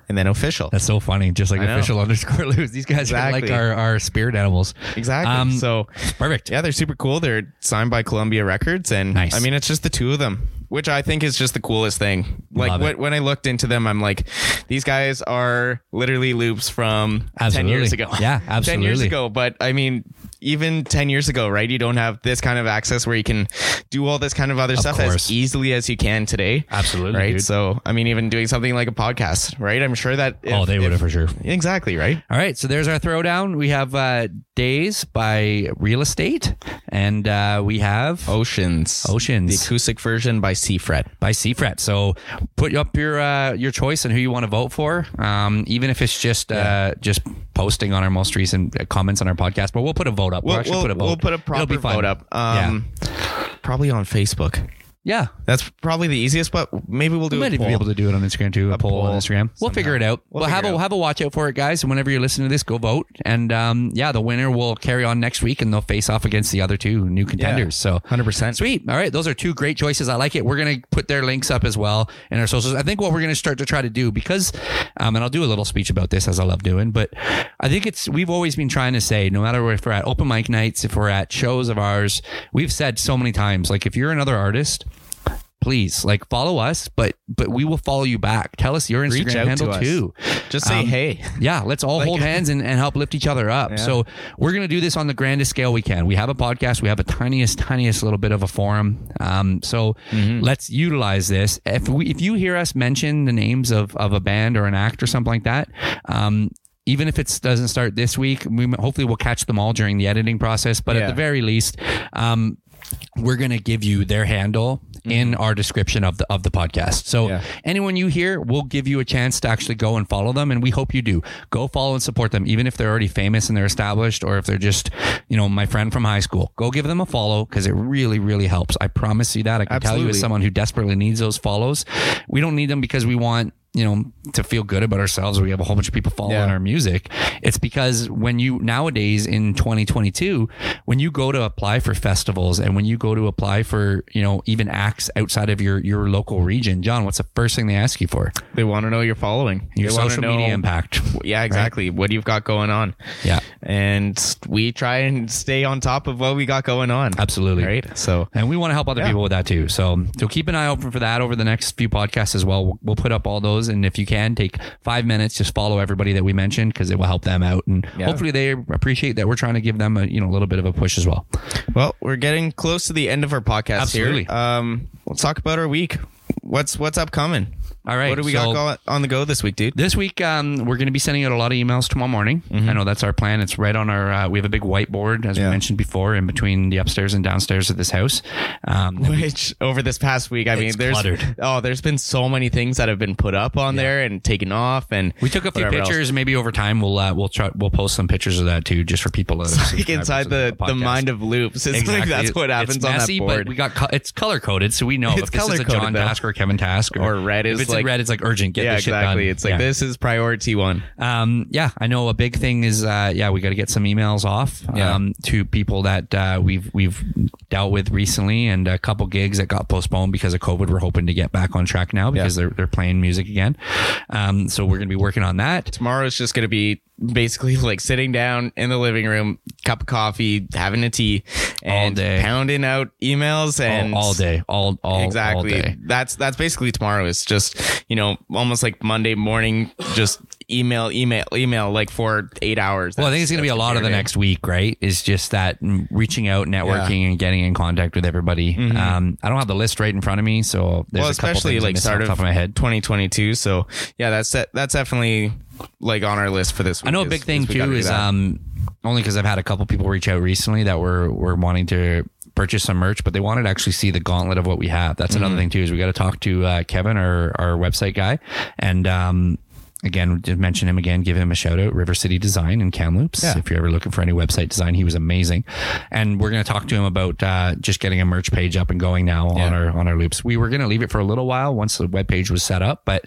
Speaker 1: and then official.
Speaker 2: That's so funny. Just like
Speaker 1: I know.
Speaker 2: official underscore lose. These guys
Speaker 1: Exactly.
Speaker 2: are like our, our spirit animals.
Speaker 1: exactly.
Speaker 2: Um,
Speaker 1: so
Speaker 2: perfect.
Speaker 1: Yeah, they're super cool. They're signed by Columbia Records, and
Speaker 2: Nice.
Speaker 1: I mean, it's just the two of them, which I think is just the coolest thing. Like
Speaker 2: Love it.
Speaker 1: when, when I looked into them, I'm like, these guys are literally loops from
Speaker 2: Absolutely.
Speaker 1: ten years ago.
Speaker 2: Yeah,
Speaker 1: ten years
Speaker 2: absolutely.
Speaker 1: ago. But I mean, even ten years ago, right? You don't have this kind of access where you can do all this kind of other stuff
Speaker 2: course.
Speaker 1: as easily as you can today.
Speaker 2: Absolutely,
Speaker 1: right?
Speaker 2: dude.
Speaker 1: So I mean, even doing something like a podcast, right? I'm sure that if-
Speaker 2: oh, they would have
Speaker 1: if-
Speaker 2: for sure.
Speaker 1: exactly right.
Speaker 2: All right, so there's our throwdown. We have uh, Days by Real Estate, and uh, we have
Speaker 1: Oceans, Oh,
Speaker 2: Oceans.
Speaker 1: the acoustic version by C Fret.
Speaker 2: by Seafret. So put up your uh, your choice on who you want to vote for, um, even if it's just uh, just posting on our most recent uh, comments on our podcast. But we'll put a vote up. We'll, actually put a vote.
Speaker 1: we'll put a
Speaker 2: It'll
Speaker 1: proper
Speaker 2: be fun.
Speaker 1: vote up. Um, Probably on Facebook.
Speaker 2: yeah. yeah.
Speaker 1: That's probably the easiest, but maybe we'll do
Speaker 2: We
Speaker 1: a
Speaker 2: might
Speaker 1: poll.
Speaker 2: be able to do it on Instagram too. A, poll, on
Speaker 1: poll
Speaker 2: Instagram. We'll figure it out. We'll,
Speaker 1: We'll
Speaker 2: have a
Speaker 1: figure it out.
Speaker 2: have a watch out for it, guys. And whenever you're listening to this, go vote. And um, yeah, the winner will carry on next week, and they'll face off against the other two new contenders. So
Speaker 1: 100%.
Speaker 2: sweet. All right, those are two great choices. I like it. We're gonna put their links up as well in our socials. I think what we're gonna start to try to do because, um, and I'll do a little speech about this as I love doing. But I think it's we've always been trying to say, no matter if we're at open mic nights, if we're at shows of ours, we've said so many times, like if you're another artist please like follow us but but we will follow you back tell us your
Speaker 1: Reach
Speaker 2: instagram
Speaker 1: out
Speaker 2: handle
Speaker 1: to us.
Speaker 2: too
Speaker 1: Just say,
Speaker 2: Um,
Speaker 1: hey.
Speaker 2: yeah let's all hold hands and, and help lift each other up so we're gonna do this on the grandest scale we can we have a podcast we have a tiniest tiniest little bit of a forum um, so
Speaker 1: Mm-hmm.
Speaker 2: let's utilize this if we if you hear us mention the names of of a band or an act or something like that um even if it doesn't start this week, we m- hopefully we'll catch them all during the editing process. But at
Speaker 1: Yeah.
Speaker 2: the very least, um, we're going to give you their handle in our description of the of the podcast. So
Speaker 1: Yeah.
Speaker 2: anyone you hear, we'll give you a chance to actually go and follow them, and we hope you do. Go follow and support them, even if they're already famous and they're established, or if they're just you know my friend from high school. Go give them a follow because it really really helps. I promise you that. I can tell you as
Speaker 1: Absolutely.
Speaker 2: someone who desperately needs those follows. We don't need them because we want. You know, to feel good about ourselves, we have a whole bunch of people following
Speaker 1: Yeah.
Speaker 2: our music. It's because when you nowadays in 2022, when you go to apply for festivals and when you go to apply for, you know, even acts outside of your your local region, John, what's the first thing they ask you for?
Speaker 1: They want to know you're following.
Speaker 2: Your
Speaker 1: They wanna
Speaker 2: social
Speaker 1: know-
Speaker 2: media impact.
Speaker 1: Yeah, exactly. What you've got going on.
Speaker 2: Yeah.
Speaker 1: And we try and stay on top of what we got going on.
Speaker 2: Absolutely.
Speaker 1: Right? So
Speaker 2: And we want to help other people with that too. So, so keep an eye open for that over the next few podcasts as well. We'll, we'll put up all those, and if you can, take five minutes, just follow everybody that we mentioned because it will help them out, and
Speaker 1: Yeah.
Speaker 2: hopefully they appreciate that we're trying to give them a you know a little bit of a push as well.
Speaker 1: Well, we're getting close to the end of our podcast
Speaker 2: Absolutely.
Speaker 1: here. Um, let's talk about our week. What's what's upcoming?
Speaker 2: All right,
Speaker 1: What do we
Speaker 2: so-
Speaker 1: got go- on the go this week, dude?
Speaker 2: This week, um, we're going to be sending out a lot of emails tomorrow morning. I know that's our plan. It's right on our. Uh, we have a big whiteboard, as we
Speaker 1: Mm-hmm. Yeah.
Speaker 2: mentioned before, in between the upstairs and downstairs of this house. Um,
Speaker 1: which over this past week, I mean,
Speaker 2: It's
Speaker 1: there's
Speaker 2: cluttered.
Speaker 1: oh, there's been so many things that have been put up on there and taken off, and
Speaker 2: we took a few
Speaker 1: whatever else.
Speaker 2: pictures. Maybe over time, we'll uh, we'll try, we'll post some pictures of that too, just for people to see
Speaker 1: Like inside the, the
Speaker 2: podcast.
Speaker 1: mind of loops. It's like that's what
Speaker 2: It's
Speaker 1: happens
Speaker 2: messy,
Speaker 1: on
Speaker 2: but
Speaker 1: that board.
Speaker 2: we got co- it's color coded, so we know
Speaker 1: It's
Speaker 2: if this is a
Speaker 1: color-coded,
Speaker 2: John
Speaker 1: though.
Speaker 2: Task or Kevin Task
Speaker 1: Or red
Speaker 2: if
Speaker 1: is
Speaker 2: it's in
Speaker 1: like-
Speaker 2: red, it's like urgent. Get
Speaker 1: yeah,
Speaker 2: this shit
Speaker 1: exactly.
Speaker 2: done.
Speaker 1: It's like
Speaker 2: Yeah.
Speaker 1: this is priority one.
Speaker 2: Um, yeah, I know a big thing is uh, yeah, we got to get some emails off
Speaker 1: Yeah.
Speaker 2: um, to people that uh, we've we've dealt with recently, and a couple gigs that got postponed because of COVID. We're hoping to get back on track now because they're they're playing music again. Um, so we're gonna be working on that.
Speaker 1: Tomorrow's just gonna be basically like sitting down in the living room, cup of coffee, having a tea, and
Speaker 2: day.
Speaker 1: pounding out emails and
Speaker 2: all, all day, all all
Speaker 1: exactly.
Speaker 2: all day.
Speaker 1: That's that's basically tomorrow. It's just you know almost like Monday morning, just email, email, email, like for eight hours.
Speaker 2: Well, I think it's
Speaker 1: That's-
Speaker 2: going to be a
Speaker 1: that's
Speaker 2: lot of the
Speaker 1: day.
Speaker 2: next week, right? Is just that mm, reaching out, networking, and getting in contact with everybody. Um, I don't have the list right in front of me, so
Speaker 1: Mm-hmm. well,
Speaker 2: there's a couple
Speaker 1: especially
Speaker 2: things I
Speaker 1: like
Speaker 2: missed off
Speaker 1: start
Speaker 2: the
Speaker 1: of,
Speaker 2: top of my head.
Speaker 1: 2022. So yeah, that's de- that's definitely like on our list for this. Week
Speaker 2: I know a
Speaker 1: is-
Speaker 2: big thing
Speaker 1: we gotta
Speaker 2: too
Speaker 1: do
Speaker 2: is
Speaker 1: that.
Speaker 2: um only because I've had a couple people reach out recently that were were wanting to purchase some merch, but they wanted to actually see the gauntlet of what we have. That's
Speaker 1: Mm-hmm.
Speaker 2: another thing too is we got to talk to uh, Kevin, our our website guy, and um. Again, just mention him again, give him a shout out, River City Design in Kamloops. If you're ever looking for any website design, he was amazing. And we're going to talk to him about uh, just getting a merch page up and going now on our on our loops. We were going to leave it for a little while once the web page was set up, but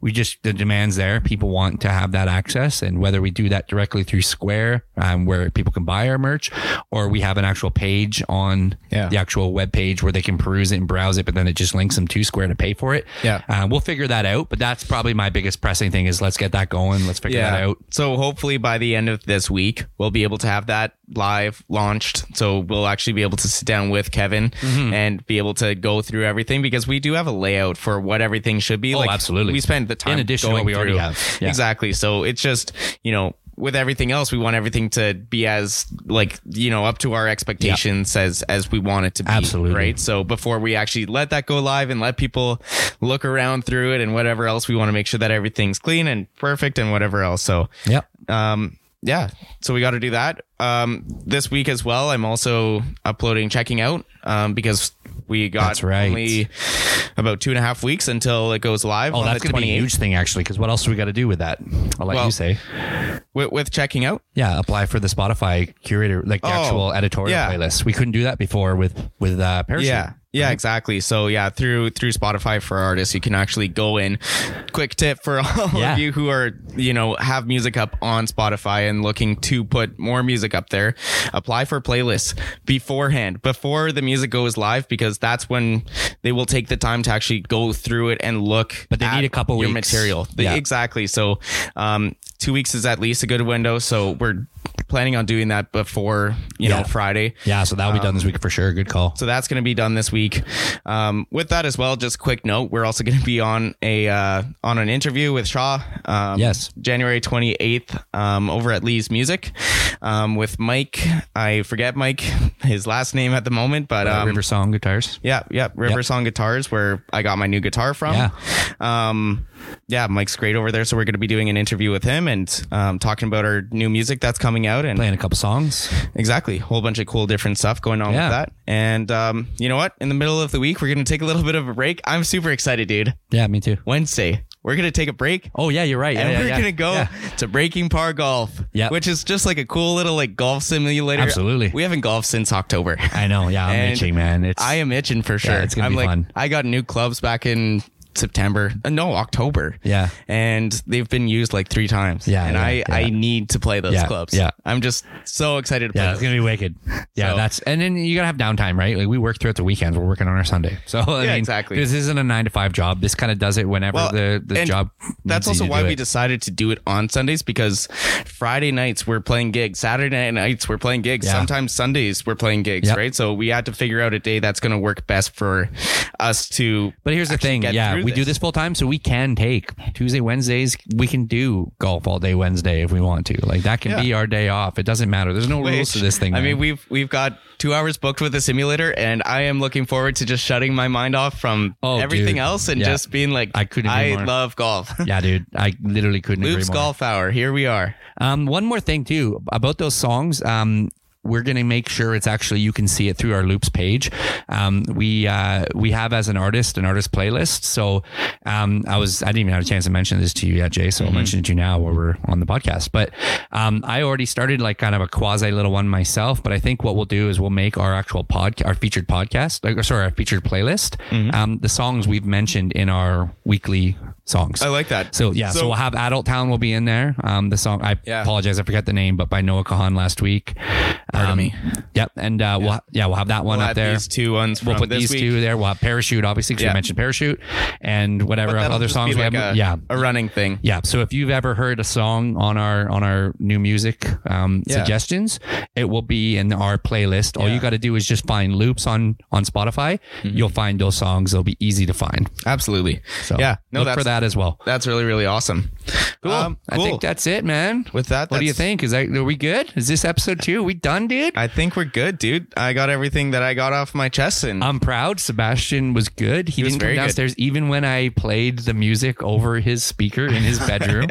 Speaker 2: we just the demand's there. People want to have that access, and whether we do that directly through Square, um, where people can buy our merch, or we have an actual page on
Speaker 1: Yeah.
Speaker 2: the actual web page where they can peruse it and browse it, but then it just links them to Square to pay for it.
Speaker 1: Yeah.
Speaker 2: uh, we'll figure that out. But that's probably my biggest pressing thing is let's get that going. Let's figure that out.
Speaker 1: So hopefully by the end of this week, we'll be able to have that live launched. So we'll actually be able to sit down with Kevin
Speaker 2: Mm-hmm.
Speaker 1: and be able to go through everything because we do have a layout for what everything should be. Oh,
Speaker 2: absolutely.
Speaker 1: We spent the time
Speaker 2: In addition to
Speaker 1: going
Speaker 2: what we already
Speaker 1: through.
Speaker 2: have. Yeah.
Speaker 1: Exactly. So it's just you know. With everything else, we want everything to be as like you know up to our expectations as as we want it to be.
Speaker 2: Absolutely.
Speaker 1: right. So before we actually let that go live and let people look around through it and whatever else, we want to make sure that everything's clean and perfect and whatever else. So
Speaker 2: Yep.
Speaker 1: um yeah so we got to do that um this week as well i'm also uploading checking out um because we got
Speaker 2: That's right.
Speaker 1: only about two and a half weeks until it goes live
Speaker 2: Oh,
Speaker 1: on
Speaker 2: that's
Speaker 1: the
Speaker 2: going to be a
Speaker 1: 28th.
Speaker 2: huge thing, actually, because what else do we got to do with that? I'll let
Speaker 1: Well,
Speaker 2: you say.
Speaker 1: with, with checking out
Speaker 2: Yeah, apply for the Spotify curator, like the
Speaker 1: Oh,
Speaker 2: actual editorial
Speaker 1: yeah.
Speaker 2: playlist. We couldn't do that before with with uh, Parachute.
Speaker 1: yeah yeah exactly so yeah through through spotify for artists you can actually go in quick tip for all
Speaker 2: Yeah.
Speaker 1: of you who are you know have music up on spotify and looking to put more music up there apply for playlists beforehand before the music goes live because that's when they will take the time to actually go through it and look
Speaker 2: But they
Speaker 1: at
Speaker 2: need a couple
Speaker 1: your
Speaker 2: weeks.
Speaker 1: material They-
Speaker 2: Yeah.
Speaker 1: exactly so um two weeks is at least a good window so we're planning on doing that before you
Speaker 2: Yeah.
Speaker 1: know friday
Speaker 2: Yeah, so that'll be done this week for sure. Good call.
Speaker 1: so that's going to be done this week. Um, with that as well, just quick note: we're also going to be on a uh, on an interview with Shaw. Um,
Speaker 2: Yes.
Speaker 1: January twenty eighth um, over at Lee's Music um, with Mike. I forget Mike his last name at the moment, but
Speaker 2: Uh,
Speaker 1: um,
Speaker 2: River Song Guitars.
Speaker 1: yeah, yeah, River
Speaker 2: Yep.
Speaker 1: Song Guitars, where I got my new guitar from.
Speaker 2: Yeah.
Speaker 1: um, yeah, Mike's great over there. So we're going to be doing an interview with him and um, talking about our new music that's coming out and
Speaker 2: Playing a couple songs.
Speaker 1: Exactly. Whole bunch of cool different stuff going on
Speaker 2: Yeah.
Speaker 1: with that. And um, you know what? In the middle of the week, we're going to take a little bit of a break. I'm super excited, dude.
Speaker 2: Yeah, me too.
Speaker 1: Wednesday, we're going to take a break.
Speaker 2: Oh yeah, you're right. Yeah,
Speaker 1: And
Speaker 2: yeah,
Speaker 1: we're
Speaker 2: yeah.
Speaker 1: gonna go
Speaker 2: Yeah.
Speaker 1: to Breaking Par Golf,
Speaker 2: Yeah.
Speaker 1: which is just like a cool little like golf simulator.
Speaker 2: Absolutely.
Speaker 1: we haven't golfed since October.
Speaker 2: I know. Yeah, I'm
Speaker 1: And
Speaker 2: itching, man. It's
Speaker 1: I am itching for sure.
Speaker 2: it's gonna
Speaker 1: I'm
Speaker 2: be
Speaker 1: like,
Speaker 2: fun.
Speaker 1: I got new clubs back in September, uh, no October.
Speaker 2: Yeah.
Speaker 1: and they've been used like three times.
Speaker 2: Yeah,
Speaker 1: and
Speaker 2: yeah,
Speaker 1: I
Speaker 2: yeah.
Speaker 1: I need to play those
Speaker 2: Yeah,
Speaker 1: clubs.
Speaker 2: yeah.
Speaker 1: I'm just so excited. To play
Speaker 2: yeah,
Speaker 1: those.
Speaker 2: it's gonna be wicked. Yeah,
Speaker 1: So-
Speaker 2: that's and then you gotta have downtime, right? Like we work throughout the weekends. We're working on our Sunday, so I
Speaker 1: Yeah,
Speaker 2: mean,
Speaker 1: exactly.
Speaker 2: This isn't a nine to five job. This kind of does it whenever
Speaker 1: Well,
Speaker 2: the the
Speaker 1: and
Speaker 2: job. needs
Speaker 1: That's
Speaker 2: you
Speaker 1: also
Speaker 2: to
Speaker 1: why
Speaker 2: do
Speaker 1: we
Speaker 2: it.
Speaker 1: decided to do it on Sundays because Friday nights we're playing gigs, Saturday nights we're playing gigs,
Speaker 2: Yeah.
Speaker 1: sometimes Sundays we're playing gigs,
Speaker 2: Yep.
Speaker 1: right? So we had to figure out a day that's going to work best for us to.
Speaker 2: But here's the
Speaker 1: actually
Speaker 2: thing,
Speaker 1: get
Speaker 2: yeah,
Speaker 1: through
Speaker 2: we do this full time, so we can take Tuesday, Wednesdays. We can do golf all day Wednesday if we want to. Like that can
Speaker 1: Yeah.
Speaker 2: be our day off. It doesn't matter. There's no rules to this thing.
Speaker 1: I
Speaker 2: man.
Speaker 1: mean, we've we've got two hours booked with the simulator, and I am looking forward to just shutting my mind off from
Speaker 2: Oh,
Speaker 1: everything
Speaker 2: dude.
Speaker 1: else and
Speaker 2: Yeah.
Speaker 1: just being like,
Speaker 2: I couldn't agree
Speaker 1: I
Speaker 2: more.
Speaker 1: love golf.
Speaker 2: yeah, dude, I literally couldn't
Speaker 1: Luke's
Speaker 2: agree more.
Speaker 1: golf hour. Here we are.
Speaker 2: Um, one more thing too about those songs. Um, we're gonna make sure it's actually you can see it through our loops page. Um, we uh, we have as an artist an artist playlist. So um, I was I didn't even have a chance to mention this to you yet, Jay. So
Speaker 1: Mm-hmm.
Speaker 2: I'll mention it to you now while we're on the podcast. But um, I already started like kind of a quasi little one myself. But I think what we'll do is we'll make our actual podcast, our featured podcast, like, or sorry, our featured playlist.
Speaker 1: Mm-hmm.
Speaker 2: Um, the songs we've mentioned in our weekly songs.
Speaker 1: I like that.
Speaker 2: So yeah, so,
Speaker 1: So-
Speaker 2: we'll have Adult Town will be in there. Um, the song I
Speaker 1: Yeah.
Speaker 2: apologize, I forget the name, but by Noah Kahan last week.
Speaker 1: part of
Speaker 2: Um,
Speaker 1: me.
Speaker 2: Yep, and uh, we'll ha- yeah we'll have that one
Speaker 1: We'll
Speaker 2: up
Speaker 1: have
Speaker 2: there.
Speaker 1: these two ones
Speaker 2: We'll
Speaker 1: from
Speaker 2: put
Speaker 1: this
Speaker 2: these
Speaker 1: week.
Speaker 2: two there. We'll have parachute, obviously, because
Speaker 1: Yeah.
Speaker 2: we mentioned parachute and whatever
Speaker 1: That'll
Speaker 2: other
Speaker 1: just be
Speaker 2: songs we
Speaker 1: like
Speaker 2: have.
Speaker 1: a,
Speaker 2: yeah,
Speaker 1: a running thing.
Speaker 2: yeah. So if you've ever heard a song on our on our new music um,
Speaker 1: Yeah.
Speaker 2: suggestions, it will be in our playlist. All
Speaker 1: Yeah. Mm-hmm.
Speaker 2: you got to do is just find loops on on Spotify. You'll find those songs. They'll be easy to find.
Speaker 1: Absolutely.
Speaker 2: So
Speaker 1: yeah. No,
Speaker 2: look
Speaker 1: that's
Speaker 2: for that as well. Um,
Speaker 1: That's really really awesome. Um, Cool.
Speaker 2: I think that's it, man.
Speaker 1: With that,
Speaker 2: what do you
Speaker 1: that's-
Speaker 2: think? Is that are we good? Is this episode two? Are we done, dude?
Speaker 1: I think we're good, dude. I got everything that I got off my chest, and
Speaker 2: I'm proud. Sebastian was good. He,
Speaker 1: was
Speaker 2: didn't come
Speaker 1: very good.
Speaker 2: downstairs even when I played the music over his speaker in his bedroom.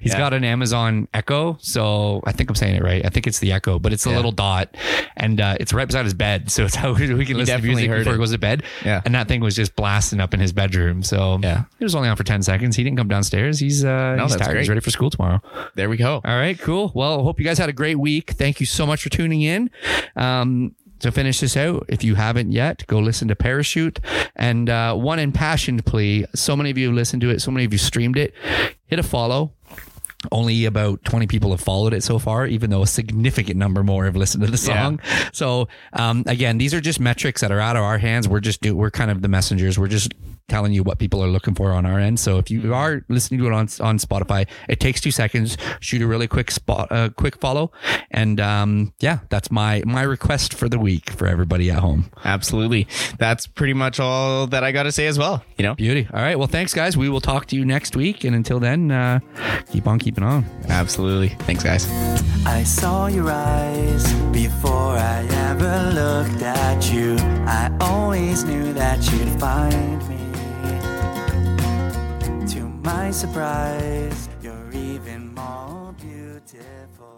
Speaker 2: He's got an Amazon Echo, so I think I'm saying it right. I think it's the Echo, but it's a little dot, and uh, it's right beside his bed, so it's how we can listen to
Speaker 1: definitely
Speaker 2: music
Speaker 1: heard
Speaker 2: before
Speaker 1: it.
Speaker 2: he goes to bed.
Speaker 1: Yeah.
Speaker 2: and that thing was just blasting up in his bedroom. So
Speaker 1: Yeah.
Speaker 2: it was only on for ten seconds. He didn't come downstairs. He's uh, he's
Speaker 1: that's
Speaker 2: tired. He's
Speaker 1: great.
Speaker 2: ready for school tomorrow.
Speaker 1: there we go.
Speaker 2: All right, cool. Well, hope you guys had a great week. Thank you so much for tuning in. Um, to finish this out, if you haven't yet, go listen to Parachute and uh, one impassioned plea. So many of you have listened to it. So many of you streamed it. Hit a follow. Only about 20 people have followed it so far, even though a significant number more have listened to the
Speaker 1: Yeah.
Speaker 2: song. So, um, again, these are just metrics that are out of our hands. We're just, do, we're kind of the messengers. We're just telling you what people are looking for on our end. So if you are listening to it on, on Spotify, it takes two seconds, shoot a really quick spot, uh, quick follow. And, um, yeah, that's my, my request for the week for everybody at home.
Speaker 1: Absolutely. That's pretty much all that I got to say as well. You know.
Speaker 2: Beauty. All right. Well, thanks guys. We will talk to you next week. And until then, uh, keep on keeping on.
Speaker 1: Absolutely. Thanks, guys.
Speaker 4: I saw your eyes before I ever looked at you. I always knew that you'd find me. To my surprise, you're even more beautiful.